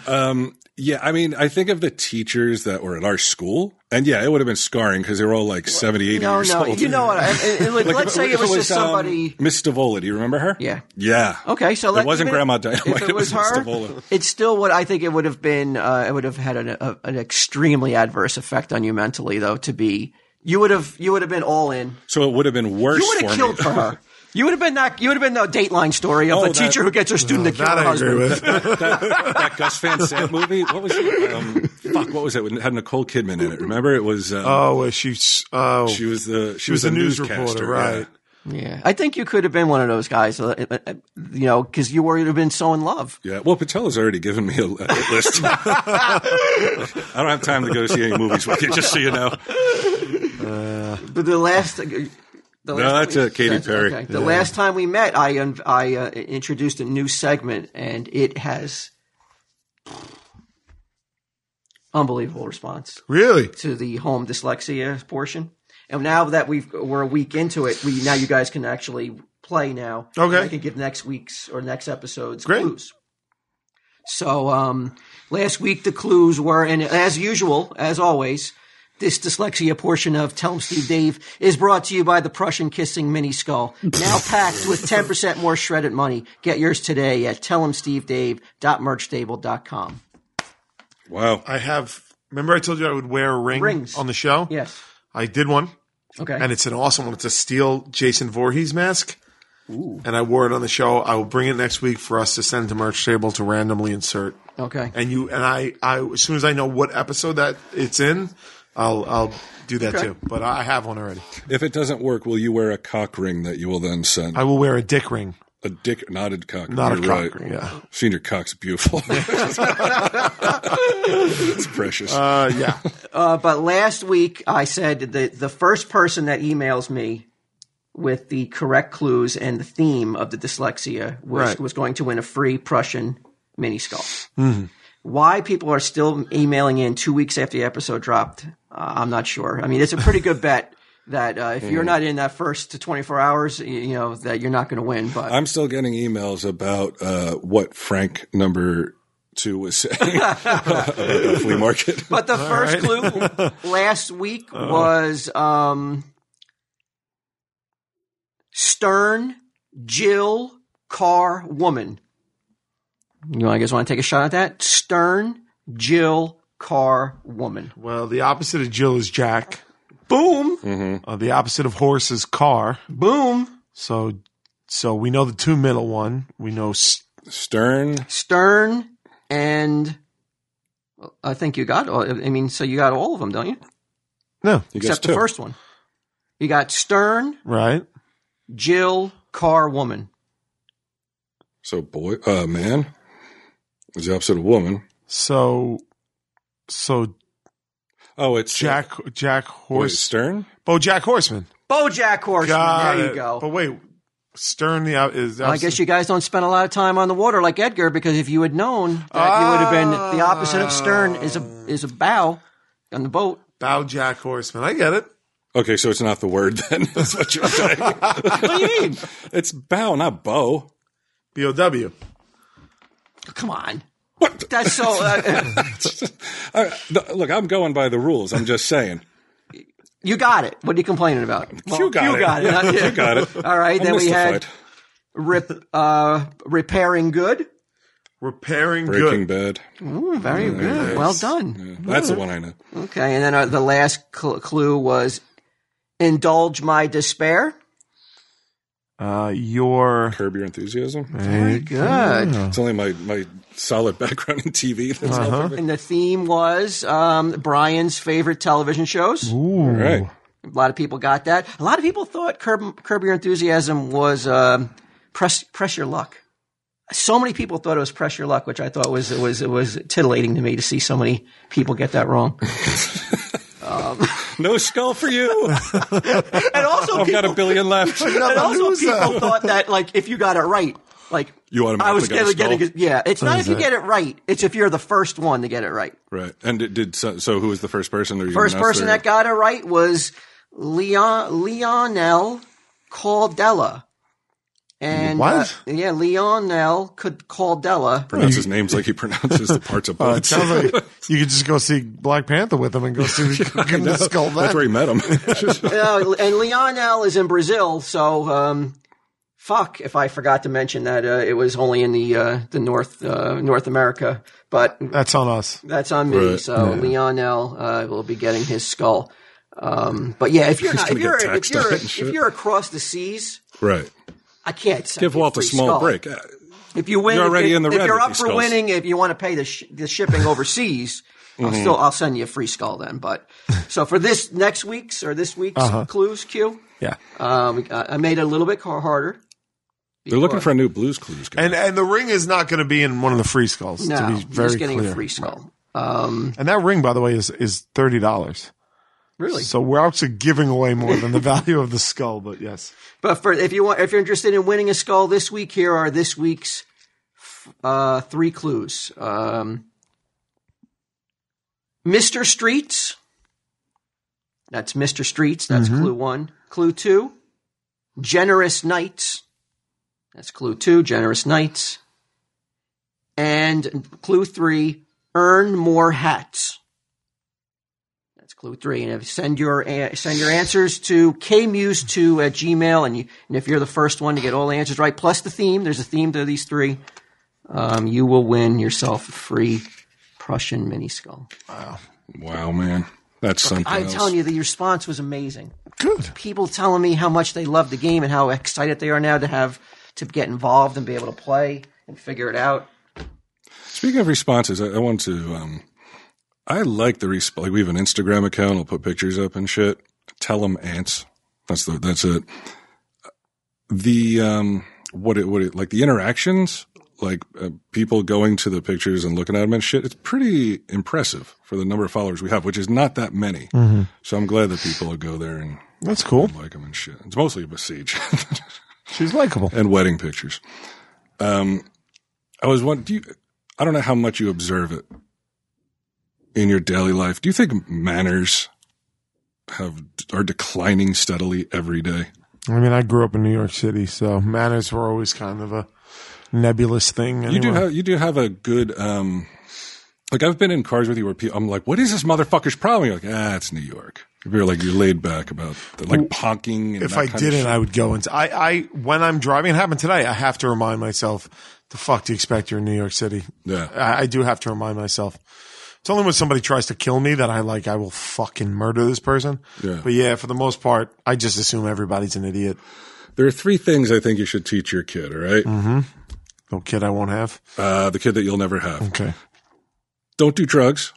A: um, yeah, I mean, I think of the teachers that were at our school, and yeah, it would have been scarring because they were all like 70, 80
D: No,
A: years
D: no,
A: old.
D: you know what? I- I- I- like,
A: Like, if
D: let's say it
A: if
D: was, just
A: um,
D: somebody.
A: Miss Stavola, do you remember her?
D: Yeah.
A: Yeah.
D: Okay, so let,
A: it wasn't
D: even
A: Grandma
D: if-
A: Dynamite.
D: If it was
A: Miss
D: her,
A: Stavola.
D: it still would. I think it would have been. Uh, it would have had an, a, an extremely adverse effect on you mentally, though. To be, you would have. You would have been all in.
A: So it would have been worse.
D: You would have
A: for
D: killed
A: me.
D: for her. You would have been that. You would have been the Dateline story of
A: Oh,
D: a
A: that-
D: teacher who gets her student to kill
C: that
D: her
C: I agree
D: husband.
C: with.
A: that Gus Van Sant movie. What was it? Um, fuck, what was it? It had Nicole Kidman in it. Remember? It was. Um,
C: Oh, uh, she's oh,
A: she was the she,
C: was
A: a
C: a news reporter,
A: newscaster,
C: right?
D: Yeah, I think you could have been one of those guys. uh, uh, uh, You know, because you were you'd have been so in love.
A: Yeah. yeah. Well, Patel's already given me a, a hit list. I don't have time to go see any movies with you. Just so you know.
D: But the last. uh, The last
A: that's
D: time
A: it, Katy Perry.
D: The last time we met, I un- I uh, introduced a new segment, and it has unbelievable response
C: Really?
D: to the home dyslexia portion. And now that we've we're a week into it, we now you guys can actually play now.
C: Okay.
D: And I can give next week's or next episode's
C: Great.
D: clues. So um, last week the clues were, and as usual, as always, this dyslexia portion of Tell 'em Steve Dave is brought to you by the Prussian Kissing Mini Skull, now packed with 10% more shredded money. Get yours today at tellemstevedave.merchtable.com.
A: Wow.
C: I have. Remember, I told you I would wear a ring
D: Rings.
C: on the show.
D: Yes.
C: I did one,
D: Okay.
C: and it's an awesome one. It's a steel Jason Voorhees mask. And I wore it on the show. I will bring it next week for us to send to merch table to randomly insert.
D: okay.
C: And you and I, I as soon as I know what episode that it's in, I'll I'll do that too. But I I have one already.
A: If it doesn't work, will you wear a cock ring that you will then send?
C: I will wear a dick ring.
A: A dick, not a cock.
C: Not a
A: You're right.
C: cock ring, yeah.
A: Senior cock's beautiful. it's precious.
C: Uh, yeah.
D: Uh, but last week I said that the first person that emails me with the correct clues and the theme of the dyslexia was,
C: Right.
D: was going to win a free Prussian mini skull. Why people are still emailing in two weeks after the episode dropped, uh, I'm not sure. I mean, it's a pretty good bet that uh, if you're not in that first 24 hours, you, you know that you're not going to win. But
A: I'm still getting emails about uh, what Frank number two was saying about the flea market.
D: But the first clue last week
C: Oh.
D: was um, Stern, Jill, Carr, Woman. You guys want to take a shot at that? Stern, Jill, Carr, Woman.
C: Well, the opposite of Jill is Jack.
D: Boom,
A: Mm-hmm.
C: Uh, the opposite of horse is car.
D: boom.
C: So, so we know the two middle one. We know s-
A: Stern,
D: Stern and I think you got. all- I mean, so you got all of them, don't you?
C: no
A: you guys
D: Except
A: too.
D: the first one. You got Stern,
C: right.
D: Jill, Carr, Woman.
A: So boy, uh, man is the opposite of woman.
C: So, so
A: Oh, it's uh,
C: Jack Jack
A: wait,
C: horse.
A: Stern.
C: Bo Jack Horseman.
D: BoJack Horseman.
C: Got
D: there
C: it.
D: you go.
C: But wait, Stern the op- is.
D: I guess you guys don't spend a lot of time on the water like Edgar because if you had known that you would have been
A: Ah.
D: the opposite of stern is a is a bow on the boat.
C: bow Jack Horseman. I get it.
A: Okay, so it's not the word then. That's what you're saying.
D: What do you mean?
A: it's bow, not bow.
C: B O W.
D: Come on.
A: What? the-
D: That's so. Uh,
A: I, the- look, I'm going by the rules. I'm just saying.
D: you got it. What are you complaining about? Well, you Got it. not
A: you
D: you.
A: got it.
D: All right,
A: I'm
D: then we had-
A: mystified.
D: Rip, uh, repairing good.
C: Repairing
A: Breaking
C: good.
A: Bad.
D: Ooh, very good. Well done.
A: Hmm. Mm, Yeah, that's the one I know.
D: Okay, and then uh, the last cl- clue was indulge my despair.
C: Uh, your uh,
A: Curb Your Enthusiasm.
D: Very good.
A: It's only my, my solid background in TV. That's helping.
D: And the theme was um, Brian's favorite television shows.
A: All right.
D: A lot of people got that. A lot of people thought Curb, Curb Your Enthusiasm was um, press, press Your Luck. So many people thought it was Press Your Luck, which I thought was it was it was titillating to me to see so many people get that wrong.
A: No skull for you.
D: And also,
A: I've got a
D: people,
A: billion left.
D: and also people thought that like if you got it right, like
A: You
D: I was
A: automatically got a
D: gonna
A: skull.
D: get it. Yeah, it's not if you get it right; it's if you're the first one to get it right.
A: Right. And it did so, so who was the first person? Or you
D: First
A: announced
D: person
A: their-
D: that got it right was Leon Lionel Caldella. And uh,
C: What?
D: yeah, Lionel could Caldella.
A: pronounce his names like he pronounces the parts of
C: Uh, it
A: bullets.
C: sounds like you could just go see Black Panther with him and go see give him the skull
A: That's
C: back.
A: where he met him.
D: Uh, and Lionel is in Brazil, so um, fuck if I forgot to mention that uh, it was only in the uh, the North uh, North America, but
C: That's on us.
D: that's on me.
A: Right,
D: So Lionel uh, will be getting his skull. Um, but yeah, if you're not, if
A: gonna
D: you're
A: get
D: if
A: taxed on
D: you're
A: it and
D: if
A: shit.
D: you're across the seas,
A: right.
D: I can't I
A: Give
D: can't
A: Walt a
D: free
A: small
D: skull.
A: break. Uh,
D: If you win,
A: You're already
D: if,
A: in the
D: if
A: red
D: you're
A: with
D: up for
A: these skulls.
D: winning, if you want to pay the, sh- the shipping overseas,
A: Mm-hmm.
D: I'll still I'll send you a free skull then. But so for this next week's or this week's
A: Uh-huh.
D: clues, Q,
C: Yeah.
D: um, we got- I made it a little bit har- harder.
A: They're looking for a new Blues Clues guy.
C: And and the ring is not going to be in one of the free skulls.
D: No,
C: to be
D: I'm
C: very
D: just getting
C: clear.
D: a free skull. Um,
C: And that ring, by the way, is is thirty dollars.
D: really,
C: So we're actually giving away more than the value of the skull. But yes,
D: but for if you want, if you're interested in winning a skull this week, here are this week's uh, three clues. Um, Mr. Streets. That's Mr. Streets. That's clue one. Clue two, Generous Knights. That's clue two, Generous Knights. And clue three, Earn More Hats. That's clue three. And if send your a- send your answers to kmuse2 at gmail. And, you, and if you're the first one to get all the answers right, plus the theme, there's a theme to these three, um, you will win yourself a free Prussian mini skull.
A: wow, man. That's something
D: I'm
A: else.
D: telling you, the response was amazing.
C: good.
D: People telling me how much they love the game and how excited they are now to have to get involved and be able to play and figure it out.
A: Speaking of responses, I, I want to. Um, I like the resp- like we have an Instagram account. I'll put pictures up and shit. Tell them ants. That's the that's it. The um, what it what it like the interactions like uh, people going to the pictures and looking at them and shit it's pretty impressive for the number of followers we have which is not that many so i'm glad that people will go there and
C: That's cool.
A: like them and shit it's mostly about siege
C: She's likable.
A: and wedding pictures um i was wondering do you i don't know how much you observe it in your daily life do you think manners have are declining steadily every day
C: I mean, I grew up in New York City, so manners were always kind of a nebulous thing.
A: You do
C: anyway.
A: have you do have a good um like I've been in cars with you where people, I'm like, what is this motherfucker's problem? You're like, ah, it's New York. You're like, you're laid back about the, like honking. And
C: if
A: that
C: I
A: kind of
C: didn't,
A: shit.
C: I would go into. I, I when I'm driving, it happened today. I have to remind myself the fuck to expect here in New York City.
A: Yeah.
C: I, I do have to remind myself. It's only when somebody tries to kill me that I like I will fucking murder this person.
A: Yeah.
C: But yeah, for the most part, I just assume everybody's an idiot.
A: there are three things I think you should teach your kid. All right?
C: Mm. No kid, I won't have.
A: uh, the kid that you'll never have.
C: Okay.
A: Don't do drugs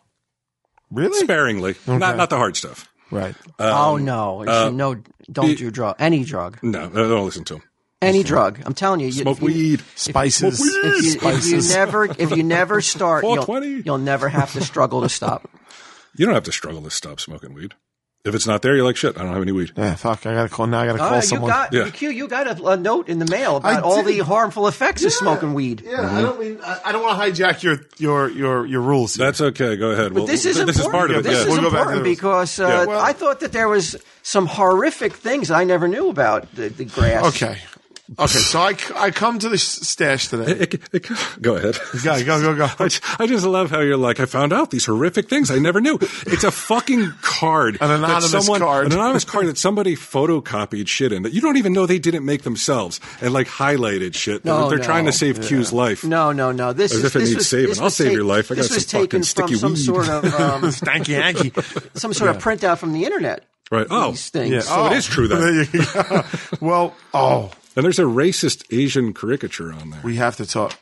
C: Really?
A: sparingly. Not
C: Okay.
A: not the hard stuff.
C: Right.
D: Uh,
A: Um,
B: oh no, You
A: uh,
B: should- no, don't do drug any drug,
A: No, uh, don't listen to him.
B: any drug. I'm telling you, you
A: Smoke
B: if you-
A: weed.
C: Spices.
B: If you, if you never, if you never start, you'll,
A: 420.
B: you'll never have to struggle to stop.
A: You don't have to struggle to stop smoking weed. If it's not there, you're like, shit. I don't have any weed.
C: yeah. Fuck. I gotta call now. I gotta
B: Oh,
C: call
B: you
C: someone.
B: got
A: Yeah.
B: Q. You got a, a note in the mail
C: I
B: about all the
C: did.
B: harmful effects of smoking weed.
C: yeah. I don't mean. I, I don't want to hijack your your your your rules. here.
A: That's okay. Go ahead.
B: But
A: Well,
B: this is
A: th-
B: important.
A: this is part of it.
B: This
A: yeah.
B: is
C: We'll go back to
B: important
C: those.
B: because uh,
A: Yeah.
C: Well-
B: I thought that there was some horrific things I never knew about the, the grass.
C: okay. Okay. So I c- I come to the s- stash today.
A: It- it- it- go ahead.
C: Go go go go.
A: I, I just love how you're like, I found out these horrific things I never knew. It's a fucking card.
C: An
A: that
C: anonymous
A: someone-
C: card.
A: An anonymous card that somebody photocopied shit in that you don't even know they didn't make themselves and like highlighted shit. They're-
B: No,
A: they're trying to
B: no.
A: save Q's life.
B: No, no, no. This
A: As
B: is
A: if it
B: this
A: needs
B: was,
A: saving.
B: this
A: I'll
B: was
A: save your life. I
B: this
A: got
B: was
A: some
B: taken
A: fucking
B: from
A: sticky
B: some
A: weed.
B: sort of um,
C: Stanky Yankee.
B: some sort of printout from the internet.
A: Right. Oh.
B: These things.
A: Yeah. So it is true then.
C: There you go. well, oh,
A: And there's a racist Asian caricature on there.
C: we have to talk.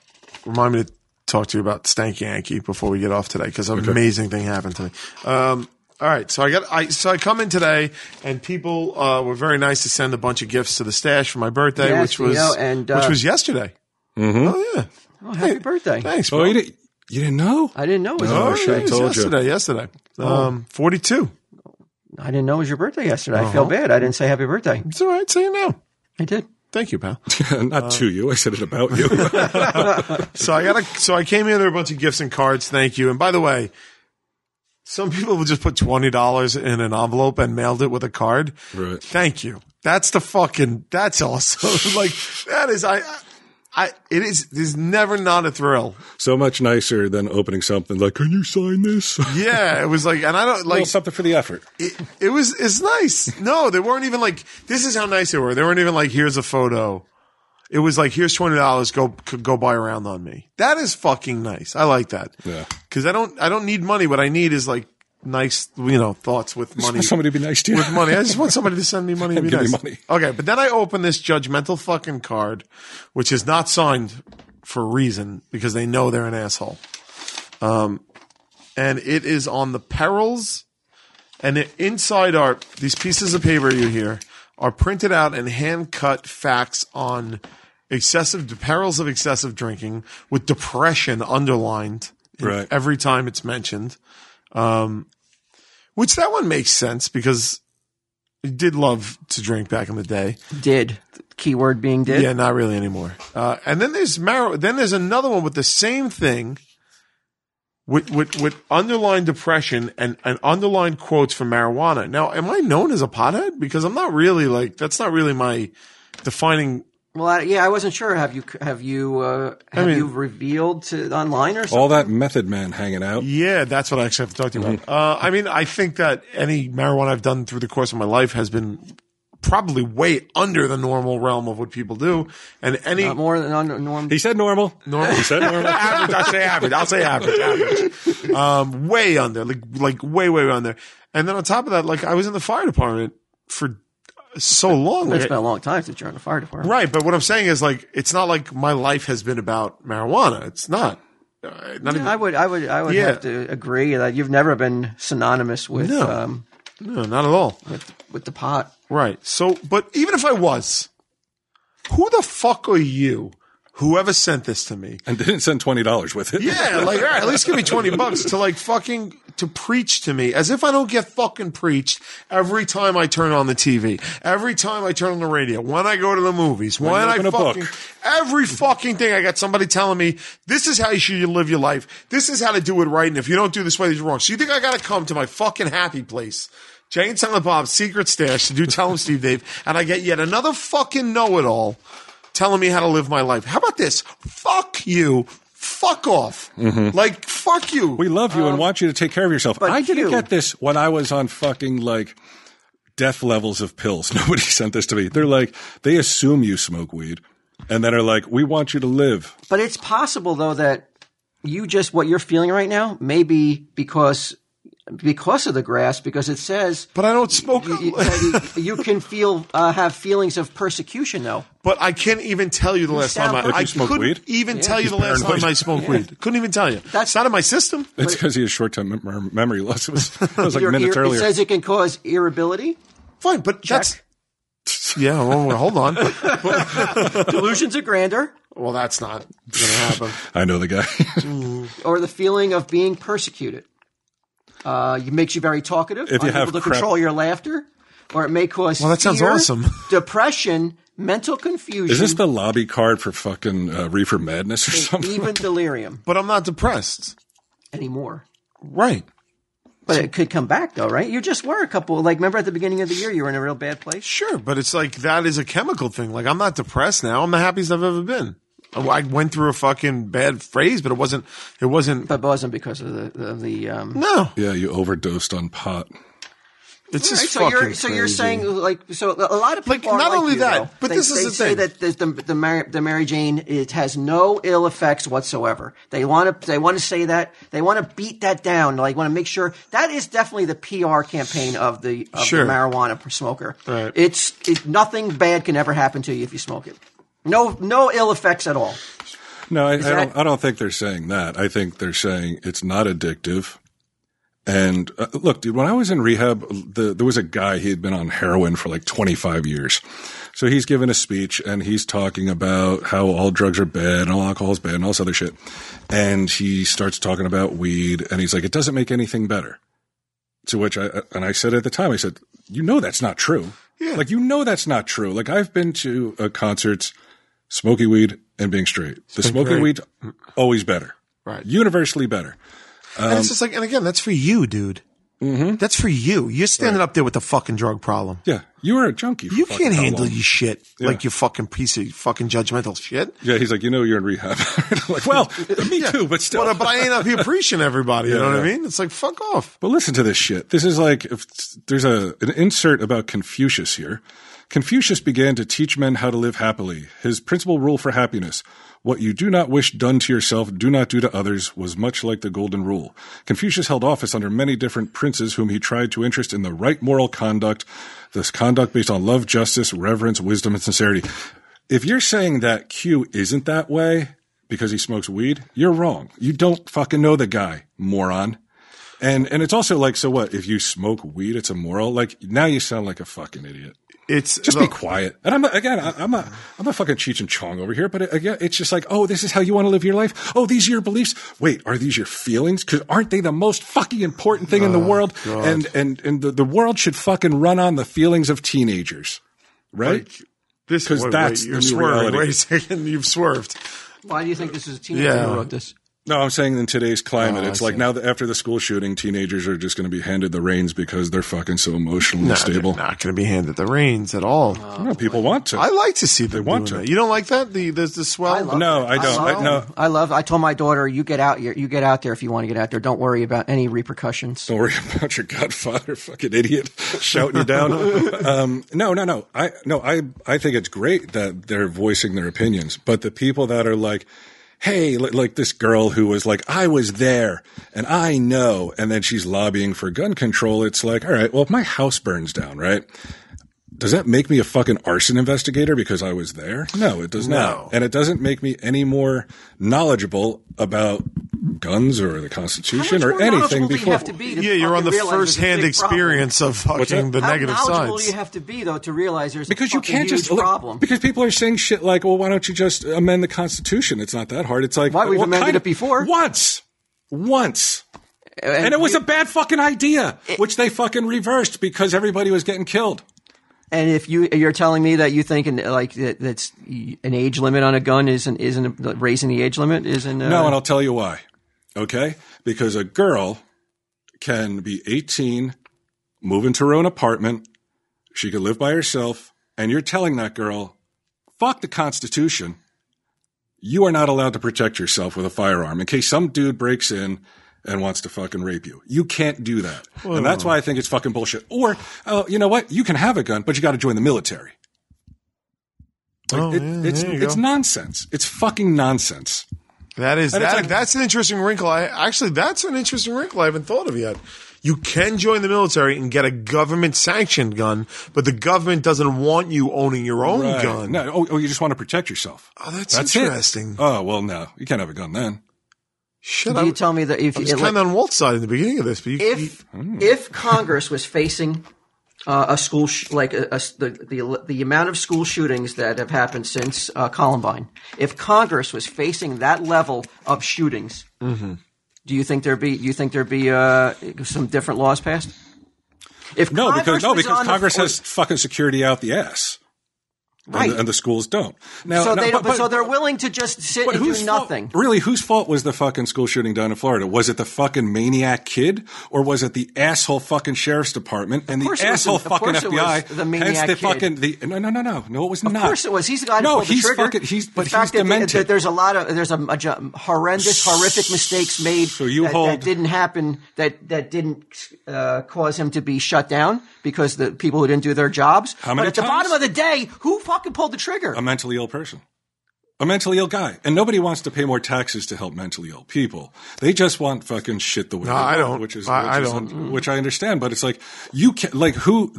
C: Remind me to talk to you about Stanky Yankee before we get off today because an amazing thing happened to me. Um, all right, so I got I so I come in today and people uh, were very nice to send a bunch of gifts to the stash for my birthday,
B: Yes,
C: which
B: you
C: was
B: know, and, uh,
C: which was yesterday. Oh yeah,
B: Oh, happy birthday!
C: thanks. Bro.
A: Mm-hmm. oh, you didn't, you didn't know?
B: I didn't know it was.
A: No.
B: your
A: Oh,
C: Oh,
A: shit, I
C: yeah, it was
A: told you.
C: yesterday, yesterday.
B: Oh.
C: Um, 42.
B: I didn't know it was your birthday yesterday. I feel bad. I didn't say happy birthday.
C: It's all right. Say it now.
B: I did.
C: Thank you, pal.
A: Not to you. I said it about you.
C: So I got a, so I came in there were a bunch of gifts and cards. Thank you. And by the way, some people will just put twenty dollars in an envelope and mailed it with a card.
A: Right.
C: Thank you. That's the fucking. That's awesome. like that is I. I it is. There's never not a thrill.
A: so much nicer than opening something like, can you sign this? Like,
C: Yeah, it was like, and I don't like.
A: something for the effort.
C: It, it was. It's nice. No, they weren't even like. This is how nice they were. They weren't even like. Here's a photo. It was like, here's twenty dollars. Go c- go buy around on me. That is fucking nice. I like that.
A: Yeah.
C: because I don't I don't need money. What I need is like nice you know thoughts with money.
A: Somebody be nice to you.
C: with money. I just want somebody to send me money. And be
A: Give me
C: nice.
A: money.
C: Okay, but then I open this judgmental fucking card, which is not signed for a reason because they know they're an asshole. Um, and it is on the perils, and it, inside are these pieces of paper you hear are printed out and hand cut facts on excessive the perils of excessive drinking with depression underlined in
A: Right.
C: every time it's mentioned. Um, which that one makes sense because I did love to drink back in the day.
B: Did. Keyword being did.
C: Yeah, not really anymore. Uh, and then there's mar- Then there's another one with the same thing, with with with underlined depression and and underlined quotes from marijuana. Now, am I known as a pothead? Because I'm not really like that's not really my defining.
B: Well, I, yeah, I wasn't sure. Have you have you uh, have
C: mean-
B: you revealed to online or something?
A: All that method man hanging out.
C: Yeah, that's what I actually have to talk to you about. Uh, I mean, I think that any marijuana I've done through the course of my life has been probably way under the normal realm of what people do, and any
B: Not more than on norm.
A: He said normal. Normal. He said normal.
C: average. I'll say average. I'll say average. Average. Um, way under, like like way way under. And then on top of that, like I was in the fire department for so long.
B: It's
C: Like,
B: been a long time since you're on the fire department.
C: right, but what I'm saying is like it's not like my life has been about marijuana. It's not. Uh, not even,
B: I would, I would, I would
C: Yeah.
B: have to agree that you've never been synonymous with
C: No.
B: um,
C: no, not at all.
B: with with the pot.
C: Right. So, but even if I was, who the fuck are you? Whoever sent this to me.
A: and didn't send twenty dollars with it.
C: Yeah, like, all right, at least give me 20 bucks to like fucking to preach to me as if I don't get fucking preached every time I turn on the TV, every time I turn on the radio, when I go to the movies, when,
A: you
C: I
A: open a
C: fucking,
A: book.
C: every fucking thing I got somebody telling me, this is how you should live your life. This is how to do it right. And if you don't do this way, you're wrong. So you think I got to come to my fucking happy place? Jane and Silent Bob's secret stash to do Tell 'em Steve Dave, and I get yet another fucking know-it-all telling me how to live my life. How about this? Fuck you. Fuck off. Like, fuck you.
A: Mm-hmm. We love you and want you to take care of yourself. I didn't
D: you-
A: get this when I was on fucking like death levels of pills. Nobody sent this to me. They're like, they assume you smoke weed and then are like, we want you to live.
D: But it's possible though that you just what you're feeling right now maybe because because of the grass because it says
C: but I don't smoke.
D: you, that you can feel uh, have feelings of persecution though.
C: but I can't even tell you the last time
D: sound
C: I,
D: If
A: you
C: I
A: smoke
C: couldn't
A: weed?
C: even tell you the last
A: paranoid.
C: time I smoked weed. Couldn't even tell you. That's not in my system.
A: It's because he has short term mem- memory loss. It was, it was like
D: Your
A: minutes
D: ear- it
A: earlier.
D: says it can cause irritability,
C: Fine, but that's. Yeah, well, well, hold on.
D: delusions of grandeur,
C: well, that's not going to happen.
A: I know the guy.
D: or the feeling of being persecuted. Uh, it makes you very talkative,
A: If you
D: unable
A: have
D: to
A: crap-
D: control your laughter, or it may cause
C: Well, that sounds
D: fear,
C: awesome.
D: depression, mental confusion,
A: Is this the lobby card for fucking uh, Reefer Madness or
D: and
A: something?
D: even delirium
C: But I'm not depressed.
D: anymore.
C: Right.
D: But it could come back though, right? You just were a couple. Like remember at the beginning of the year, you were in a real bad place.
C: Sure, but it's like that is a chemical thing. Like I'm not depressed now. I'm the happiest I've ever been. Oh, I went through a fucking bad phase, but it wasn't. It wasn't.
D: But it wasn't because of the of the. Um,
C: no,
A: yeah, you overdosed on pot.
C: it's just
D: Right, so
C: fucking
D: you're so you're
C: crazy.
D: saying like so a lot of people
C: Like,
D: are
C: not only
D: you,
C: that,
D: though.
C: but
D: They-
C: this is
D: they
C: the
D: say
C: thing.
D: that the the the Mary, the Mary Jane it has no ill effects whatsoever. They want to they want to say that they want to beat that down. Like want to make sure that is definitely the PR campaign of the of
C: Sure.
D: the marijuana smoker.
C: Right.
D: It's it, nothing bad can ever happen to you if you smoke it. No no ill effects at all.
A: No, I, I,
D: that-
A: don't, I don't think they're saying that. I think they're saying it's not addictive. And uh, look, dude, when I was in rehab, the, there was a guy, he had been on heroin for like 25 years. So he's given a speech and he's talking about how all drugs are bad and all alcohol is bad and all this other shit. And he starts talking about weed and he's like, it doesn't make anything better. To which I, and I said at the time, I said, you know, that's not true.
C: Yeah.
A: Like, you know, that's not true. Like, I've been to uh, concerts, smoking weed and being straight. The smoking
C: great.
A: weed, always better.
C: Right.
A: Universally better.
C: and it's just like, and again, that's for you, dude. That's for you. You're standing up there with the fucking drug problem.
A: Yeah. You were a junkie. For
C: You
A: fucking
C: can't
A: how
C: handle
A: long?
C: your shit like you fucking piece of fucking judgmental shit.
A: Yeah. He's like, you know, you're in rehab. I'm like, well, me too, but still.
C: But, but I ain't up here preaching everybody. You know what I
A: yeah.
C: mean? It's like fuck off.
A: But listen to this shit. This is like if there's a an insert about Confucius here. Confucius began to teach men how to live happily. His principal rule for happiness, what you do not wish done to yourself, do not do to others, was much like the golden rule. Confucius held office under many different princes whom he tried to interest in the right moral conduct, this conduct based on love, justice, reverence, wisdom, and sincerity. If you're saying that Q isn't that way because he smokes weed, you're wrong. You don't fucking know the guy, moron. And and it's also like, so what? If you smoke weed, it's immoral. Like now you sound like a fucking idiot.
C: It's
A: Just
C: look,
A: be quiet. And I'm not- again, I- I'm a I'm a fucking Cheech and Chong over here. But it, again, it's just like, oh, this is how you want to live your life. Oh, these are your beliefs. Wait, are these your feelings? Because aren't they the most fucking important thing in
C: Oh,
A: the world? And and and the, the world should fucking run on the feelings of teenagers, right?
C: This
A: 'Cause
C: wait, wait,
A: that's
C: you're
A: the new
C: swerving.
A: reality.
C: Wait a second, you've swerved.
D: Why do you think this is a teenager
C: Yeah.
D: who wrote this?
A: No, I'm saying in today's climate,
C: Oh, I
A: it's like
C: see.
A: now that after the school shooting, teenagers are just going to be handed the reins because they're fucking so emotionally
C: Nah, they're
A: stable.
C: not going to be handed the reins at all.
A: No, people want to.
C: I like to see them
A: Uh-huh. want
C: doing
A: to.
C: that. You don't like that? The the, the swell.
A: no, I don't. I, no,
D: I love. I told my daughter, "You get out. You get out there if you want to get out there. Don't worry about any repercussions."
A: Don't worry about your godfather, fucking idiot, shouting you down. um, no, no, no. I no, I I think it's great that they're voicing their opinions, but the people that are like, hey, li- like this girl who was like, I was there and I know, and then she's lobbying for gun control. It's like, all right, well, if my house burns down, right? Does that make me a fucking arson investigator because I was there? No, it does
C: No.
A: not. And it doesn't make me any more knowledgeable about guns or the
D: How
A: Constitution
D: much
A: or
D: more
A: anything
D: knowledgeable do you
A: before.
D: have to be to
C: Yeah, you're on the
D: fucking realize there's a
C: first hand
D: big problem?
C: experience of fucking
A: that?
C: the negative
D: How knowledgeable
C: sides.
D: do you have to be though to realize there's a
A: Because you
D: fucking
A: can't
D: huge
A: just
D: problem?
A: because people are saying shit like, "Well, why don't you just amend the Constitution?" It's not that hard. It's like
B: Why, we've
A: what
B: amended it
A: kind of-
B: before.
A: once, once, and, it was
B: you-
A: a bad fucking idea, which they fucking reversed because everybody was getting killed.
B: And if you you're telling me that you think an, like that, that's an age limit on a gun isn't isn't that raising the age limit isn't uh,
A: No, and I'll tell you why. Okay? Because a girl can be 18, move into her own apartment, she can live by herself, and you're telling that girl, fuck the Constitution. You are not allowed to protect yourself with a firearm in case some dude breaks in and wants to fucking rape you. You can't do that. And that's why I think it's fucking bullshit. Or, oh, you know what? You can have a gun, but you got to join the military. Like,
C: Oh,
A: it-
C: yeah,
A: it's
C: there you
A: it's
C: go.
A: nonsense. It's fucking nonsense.
C: That is
A: it's
C: that,
A: like-
C: that's an interesting wrinkle. I actually that's an interesting wrinkle I haven't thought of yet. You can join the military and get a government sanctioned gun, but the government doesn't want you owning your own
A: Right.
C: gun.
A: No, oh, oh, you just want to protect yourself.
C: Oh, that's,
A: it.
C: interesting.
A: Oh, well, no, you can't have a gun then.
C: Shit,
B: Do
C: I'm,
B: you tell me that if
C: I was kind of on Walt's side in the beginning of this, but you, you-
B: if
A: Mm.
D: if Congress was facing uh, a school sh- like a, a s- the, the the amount of school shootings that have happened since uh, Columbine, if Congress was facing that level of shootings,
A: Mm-hmm.
D: do you think there be do you think there be uh, some different laws passed? If
A: No, because no,
D: was
A: because
D: on the
A: Congress
D: for-
A: has fucking security out the ass,
D: right.
A: and, the, and the schools don't. Now,
D: so
A: now,
D: they don't,
A: but- but-
D: so they're willing to just sit
A: but
D: and
A: whose
D: do
A: fault-
D: nothing.
A: really, whose fault was the fucking school shooting down in Florida? Was it the fucking maniac kid, or was it the asshole fucking sheriff's department and the
D: course it was
A: asshole
D: the- of
A: fucking
D: course it
A: FBI?
D: was the maniac
A: hence the
D: kid.
A: fucking the no no no no no it was not.
D: Of course it was. He's the guy. Who
A: No,
D: pulled the
A: he's
D: trigger.
A: fucking he's
D: The
A: but he's
D: fact that-
A: demented.
D: That there's a lot of there's a, a ju- horrendous, horrific mistakes made
A: you
D: that,
A: hold-
D: that didn't happen that that didn't uh, cause him to be shut down because the people who didn't do their jobs.
A: How many
D: but at
A: times?
D: the bottom of the day, who fucking pulled the trigger?
A: a mentally ill person, a mentally ill guy. And nobody wants to pay more taxes to help mentally ill people. They just want fucking shit the way
C: No,
A: they
C: I
A: want,
C: don't.
A: Which is,
C: I-
A: which,
C: I
A: is
C: don't.
A: un- which I understand, but it's like you can like who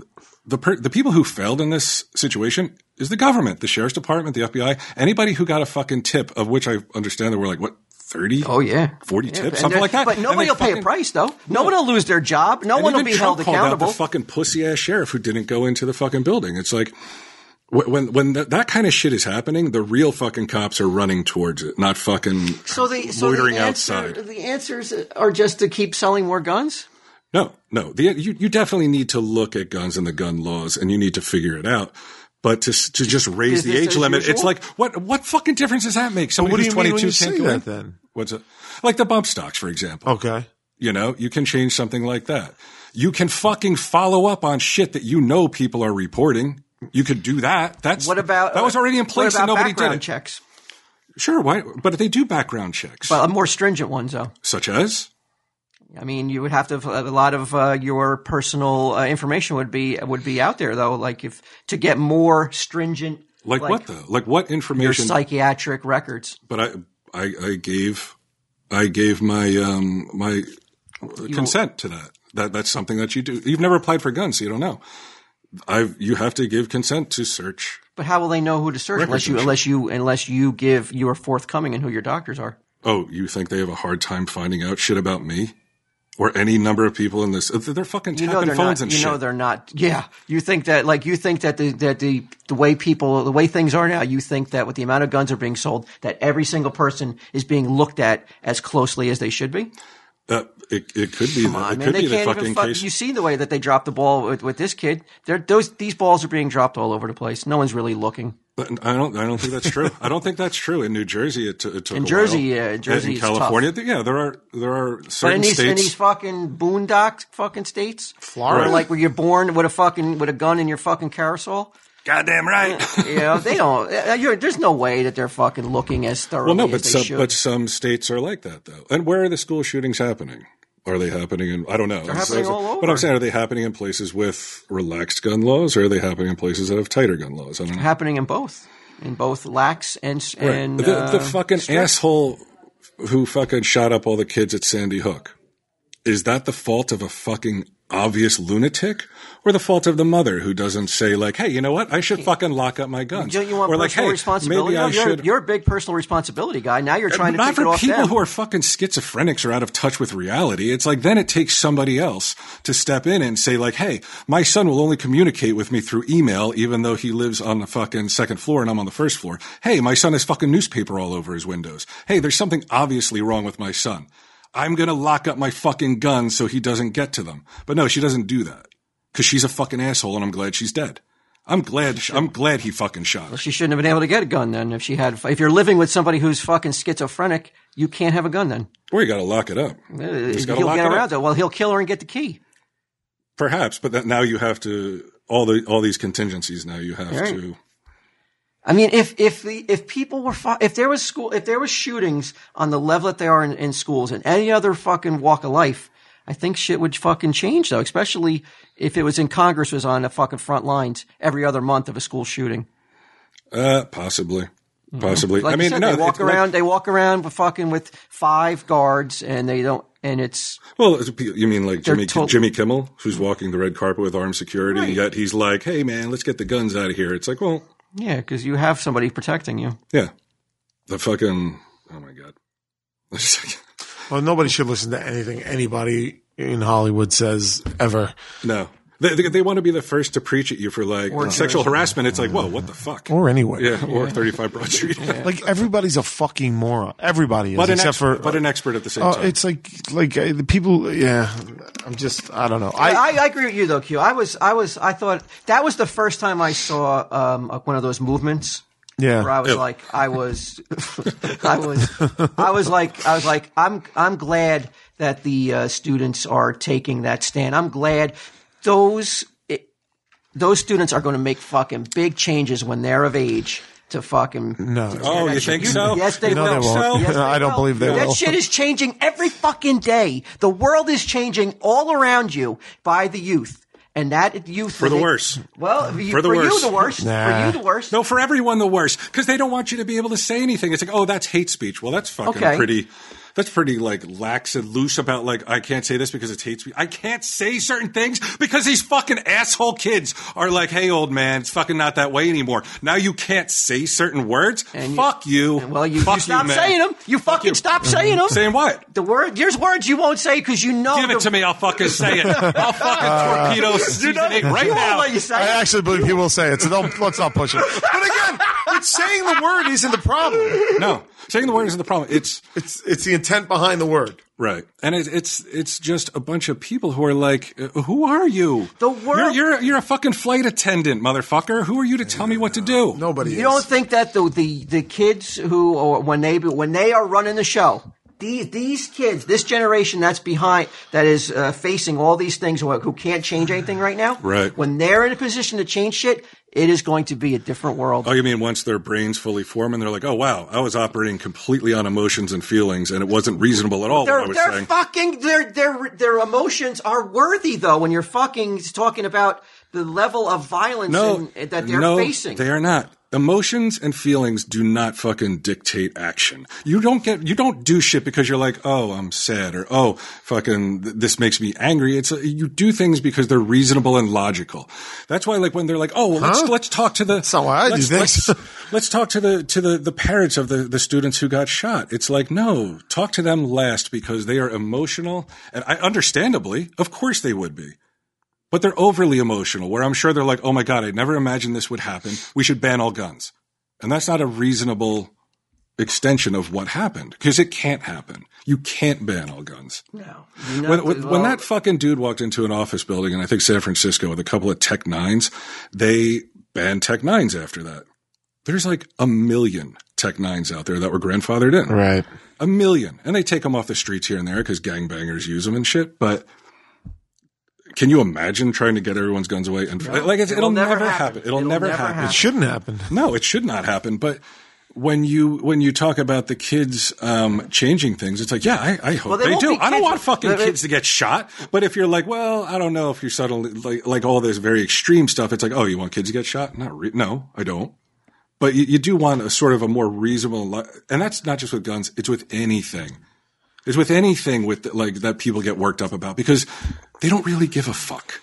A: the per, the people who failed in this situation is the government, the sheriff's department, the FBI, anybody who got a fucking tip, of which I understand there were like what thirty.
D: Oh yeah,
A: 40
D: Yeah,
A: tips,
D: and
A: something
D: they're-
A: like that.
D: But
A: And
D: nobody
A: they
D: will pay a
A: fucking-
D: price, though. No one will lose their job. No one will
A: even
D: be
A: Trump
D: held
A: called out
D: accountable.
A: The fucking pussy ass sheriff who didn't go into the fucking building. It's like wh- when when th- that kind of shit is happening, the real fucking cops are running towards it, not fucking
D: so the so
A: loitering
D: the answer,
A: outside.
D: The answers are just to keep selling more guns.
A: No, no. The, you you definitely need to look at guns and the gun laws, and you need to figure it out. But to s- to just raise the
D: Business
A: age
D: as
A: limit, it's
D: usual?
A: like what what fucking difference does that make? Somebody
C: what do
A: who's
C: you mean
A: twenty
C: when
A: two
C: you
A: can't
C: say
A: do
C: that
A: it.
C: then?
A: What's it like the bump stocks, for example?
C: okay,
A: You know, you can change something like that. You can fucking follow up on shit that you know people are reporting. You could do that. That's
D: What about
A: that was already in place
D: What about
A: and nobody did
D: background
A: it.
D: checks?
A: Sure, why? But they do background checks,
D: But uh, more stringent ones, though.
A: such as
D: I mean, you would have to. A lot of uh, your personal uh, information would be would be out there, though. Like if to get more stringent,
A: like, what though? Like what
D: your
A: information?
D: psychiatric records.
A: but I, I, I gave, I gave my um my consent to that. That that's something that you do. You've never applied for guns, so you don't know. I've you have to give consent to search.
D: But how will they know who to search unless
A: Records
D: you
A: and shit.
D: unless you unless you give you are forthcoming and who your doctors are?
A: Oh, you think they have a hard time finding out shit about me or any number of people in this? They're fucking
D: You
A: tapping
D: know they're
A: phones
D: not.
A: and
D: you
A: shit.
D: know they're not. Yeah, you think that like you think that the that the the way people the way things are now, you think that with the amount of guns are being sold, that every single person is being looked at as closely as they should be.
A: Uh, it, it could be. the,
D: Come on,
A: it
D: man.
A: could
D: they
A: be the
D: can't
A: fucking
D: even fuck.
A: case.
D: You see the way that they dropped the ball with, with this kid. They're, those these balls are being dropped all over the place. No one's really looking.
A: But I don't. I don't think that's true. I don't think that's true. In New Jersey, it, t- it took.
D: In
A: a
D: Jersey,
A: while.
D: yeah, in Jersey
A: in
D: it's tough.
A: California, th- yeah, there are there are
D: But in
A: certain
D: these in
A: states.
D: these fucking boondock fucking states,
C: Florida.
D: where, like where you're born with a fucking with a gun in your fucking carousel.
A: Goddamn right.
D: You know they don't. uh, You're, there's no way that they're fucking looking as thoroughly
A: well, no, but
D: as they
A: some
D: should.
A: but some states are like that though. And where are the school shootings happening? Are they happening in? I don't know. They're
D: happening all
A: But I'm
D: over.
A: saying, are they happening in places with relaxed gun laws, or are they happening in places that have tighter gun laws? I don't know.
D: happening in both, in both lax and s- and
A: the, the
D: uh,
A: fucking asshole who fucking shot up all the kids at Sandy Hook. Is that the fault of a fucking obvious lunatic or the fault of the mother who doesn't say like, hey, you know what? I should fucking lock up my guns.
D: Don't you want
A: or like,
D: personal
A: hey,
D: responsibility?
A: maybe
D: No,
A: I
D: you're,
A: should. Uh,
D: you're a big personal responsibility guy. Now you're trying to
A: not
D: take it
A: for
D: off
A: people
D: them.
A: who are fucking schizophrenics or out of touch with reality. It's like then it takes somebody else to step in and say like, "Hey, my son will only communicate with me through email, even though he lives on the fucking second floor and I'm on the first floor. Hey, my son has fucking newspaper all over his windows. Hey, there's something obviously wrong with my son. I'm gonna lock up my fucking gun so he doesn't get to them." But no, she doesn't do that because she's a fucking asshole, and I'm glad she's dead. I'm glad. I'm glad he fucking shot. her.
D: she shouldn't have been able to get a gun then. If she had, if you're living with somebody who's fucking schizophrenic, you can't have a gun then.
A: Or you got to lock it up. Just gotta
D: he'll
A: lock
D: get
A: it up.
D: around to it. Well, he'll kill her and get the key.
A: Perhaps, but that now you have to all the all these contingencies. Now you have
D: Right.
A: to.
D: I mean, if if the if people were fu- if there was school if there was shootings on the level that they are in, in schools and any other fucking walk of life, I think shit would fucking change though. Especially if it was in Congress was on the fucking front lines every other month of a school shooting.
A: Uh, possibly, possibly.
D: Mm-hmm. Like
A: I mean,
D: you said,
A: no.
D: they walk
A: it's like-
D: around. they walk around with fucking with five guards, and they don't. And it's
A: well, it's- you mean like Jimmy
D: tot-
A: Jimmy Kimmel, who's
D: Mm-hmm.
A: walking the red carpet with armed security, and yet he's like, "Hey, man, let's get the guns out of here." It's like, well,
D: yeah, because you have somebody protecting you.
A: yeah, the fucking. Oh my god.
C: Well, nobody should listen to anything anybody in Hollywood says ever.
A: no. They, they, they want to be the first to preach at you for like sexual harassment. It's like, whoa, what the fuck?
C: Or anyway.
A: yeah, or 35 Broad Street.
C: Like everybody's a fucking moron. Everybody is,
A: but, an
C: except
A: ex-
C: for
A: but an expert at the same
C: Oh,
A: time.
C: it's like like uh, the people. Yeah, I'm just I don't know. I,
D: I, I agree with you though, Q. I was, I was, I thought that was the first time I saw um, like one of those movements where I
C: yeah.
D: was like, I was, I was, I was like, I was like, I'm, I'm glad that the uh, students are taking that stand. I'm glad those, it, those students are going to make fucking big changes when they're of age to fucking.
C: No.
A: oh, you think so?
D: Yes, they
C: No,
D: will.
C: they won't.
D: Yes, they
C: I don't
D: will.
C: believe they
D: that
C: will.
D: shit is changing every fucking day. The world is changing all around you by the youth, and that youth
A: For the worse.
D: Well, for, you,
A: For the worse.
D: you the worst.
C: Nah.
D: For you the worst.
A: No, for everyone the worst because they don't want you to be able to say anything. It's like, oh, that's hate speech. Well, that's fucking
D: Okay.
A: pretty. That's pretty like lax and loose about like I can't say this because it's hate speech. I can't say certain things because these fucking asshole kids are like, hey, old man, it's fucking not that way anymore. Now you can't say certain words.
D: And you-
A: Fuck you.
D: Well, you,
A: Fuck
D: you stop
A: man.
D: saying them. You fucking
A: you.
C: Mm-hmm.
D: stop saying them.
A: Saying what?
D: the word. There's words you won't say because you know.
A: Give
D: the,
A: it to me. I'll fucking say it. I'll fucking torpedo season eight right
D: Uh, you won't
A: now.
D: let you say.
C: I
D: it.
C: actually believe he will say it, so don't, let's not push it. But again, it's saying the word isn't the problem.
A: No, saying the word isn't the problem. It's
C: It's it's the intent behind the word.
A: Right, and it, it's it's just a bunch of people who are like, uh, "Who are you?
D: The world-
A: You're, you're you're a fucking flight attendant, motherfucker. Who are you to tell me what to do?
C: Nobody.
D: You
C: is.
D: don't think that the the, the kids who or when they when they are running the show, these these kids, this generation that's behind that is uh, facing all these things who, who can't change anything right now.
A: Right.
D: When they're in a position to change shit, it is going to be a different world.
A: Oh, you mean once their brains fully form and they're like, "Oh wow, I was operating completely on emotions and feelings, and it wasn't reasonable at all." what I
D: They're,
A: was
D: they're
A: saying.
D: fucking their their their emotions are worthy though when you're fucking talking about the level of violence
A: no,
D: and, that they're
A: no,
D: facing.
A: They are not. Emotions and feelings do not fucking dictate action. You don't get, you don't do shit because you're like, oh, I'm sad or oh, fucking, th- this makes me angry. It's, uh, you do things because they're reasonable and logical. That's why, like, when they're like, oh, well, let's, let's talk to the,
C: That's not why I do
A: let's-
C: things.
A: let's- let's talk to the to the, the parents of the, the students who got shot. It's like, no, talk to them last because they are emotional and I understandably, of course they would be. But they're overly emotional, where I'm sure they're like, Oh my god, I never imagined this would happen. We should ban all guns. And that's not a reasonable extension of what happened. Because it can't happen. You can't ban all guns
D: no, You know,
A: when, when, when
D: well,
A: that fucking dude walked into an office building in I think San Francisco with a couple of Tech Nines, they banned Tech Nines after that. There's like a million Tech Nines out there that were grandfathered in.
C: Right.
A: A million. And they take them off the streets here and there because gangbangers use them and shit. But can you imagine trying to get everyone's guns away? And like, it's, it'll, never, happen. It'll, never, happen.
C: It shouldn't happen.
A: No, it should not happen. But when you when you talk about the kids um, changing things, it's like, yeah, I, I hope
D: Well, they
A: they,
D: won't
A: do.
D: be
A: I don't
D: kids.
A: want fucking
D: They- they-
A: kids to get shot. But if you're like, well, I don't know if you're suddenly like like all this very extreme stuff, it's like, oh, you want kids to get shot? Not re- no, I don't. But you, you do want a sort of a more reasonable, li- and that's not just with guns; it's with anything. is with anything with like that people get worked up about because they don't really give a fuck.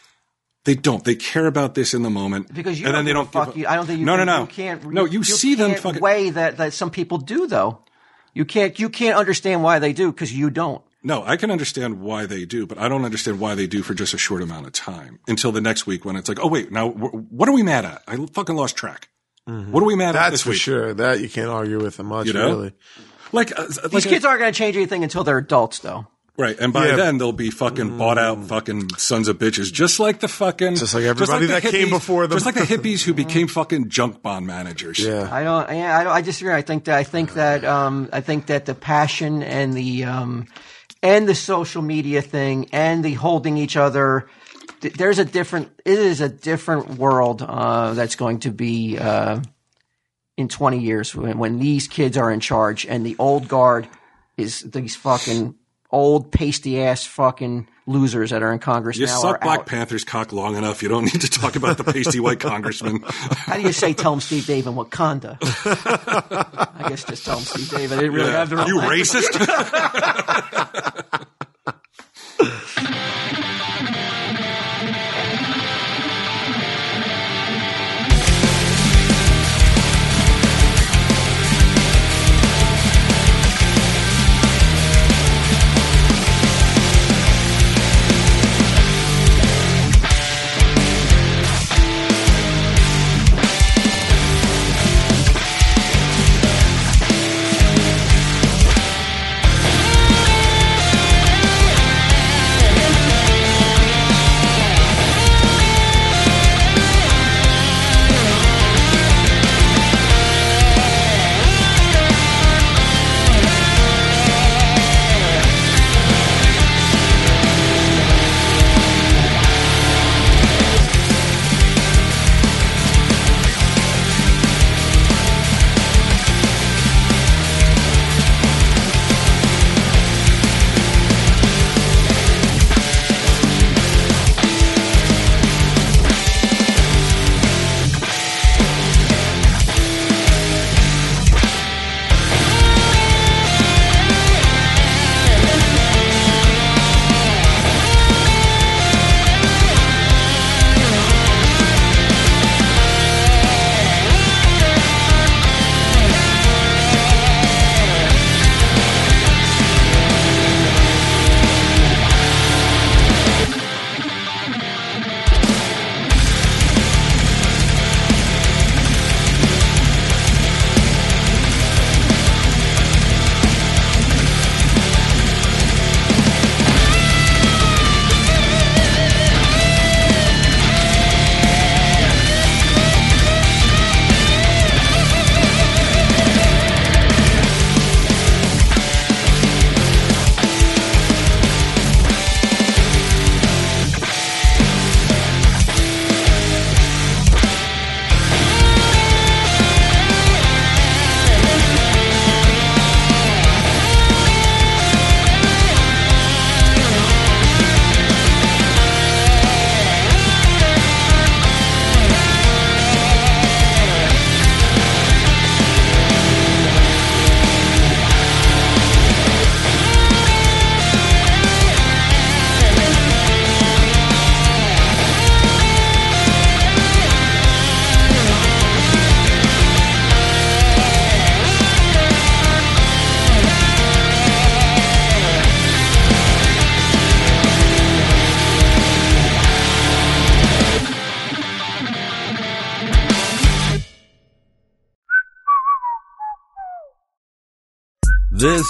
A: They don't. They care about this in the moment
D: because you
A: and
D: don't
A: then they don't
D: fuck
A: give a-
D: you. I don't think you
A: no,
D: can,
A: no, no.
D: You can't.
A: no, you, see them
D: can't
A: fucking
D: way that that some people do though. You can't you can't understand why they do because you don't.
A: No, I can understand why they do, but I don't understand why they do for just a short amount of time until the next week when it's like, oh wait, now wh- what are we mad at? I fucking lost track. What are we mad at
C: Mm-hmm. That's
A: this
C: for
A: week?
C: sure. That you can't argue with them much,
A: You know?
C: really.
A: Like, uh, like
D: These
A: a-
D: kids aren't going to change anything until they're adults though.
A: right? And by
C: Yeah. Mm.
A: then they'll be fucking bought out, fucking sons of bitches, just like the fucking,
C: Just like everybody
A: the
C: that came before them. Mm-hmm.
A: just like the hippies who became fucking junk bond managers.
C: Yeah.
D: I don't. Yeah, I don't. I disagree. I think that. I think that. Um, I think that the passion and the um, and the social media thing and the holding each other. th- There's a different. It is a different world uh, that's going to be uh, in 20 years when, when these kids are in charge and the old guard is these fucking old pasty ass fucking losers that are in Congress
A: You
D: now. are
A: suck Black
D: out.
A: Panther's cock long enough. You don't need to talk about the pasty white congressman.
D: How do you say tell him Steve Dave in Wakanda? I guess just tell him Steve Dave. I didn't really have the
A: you racist.
G: This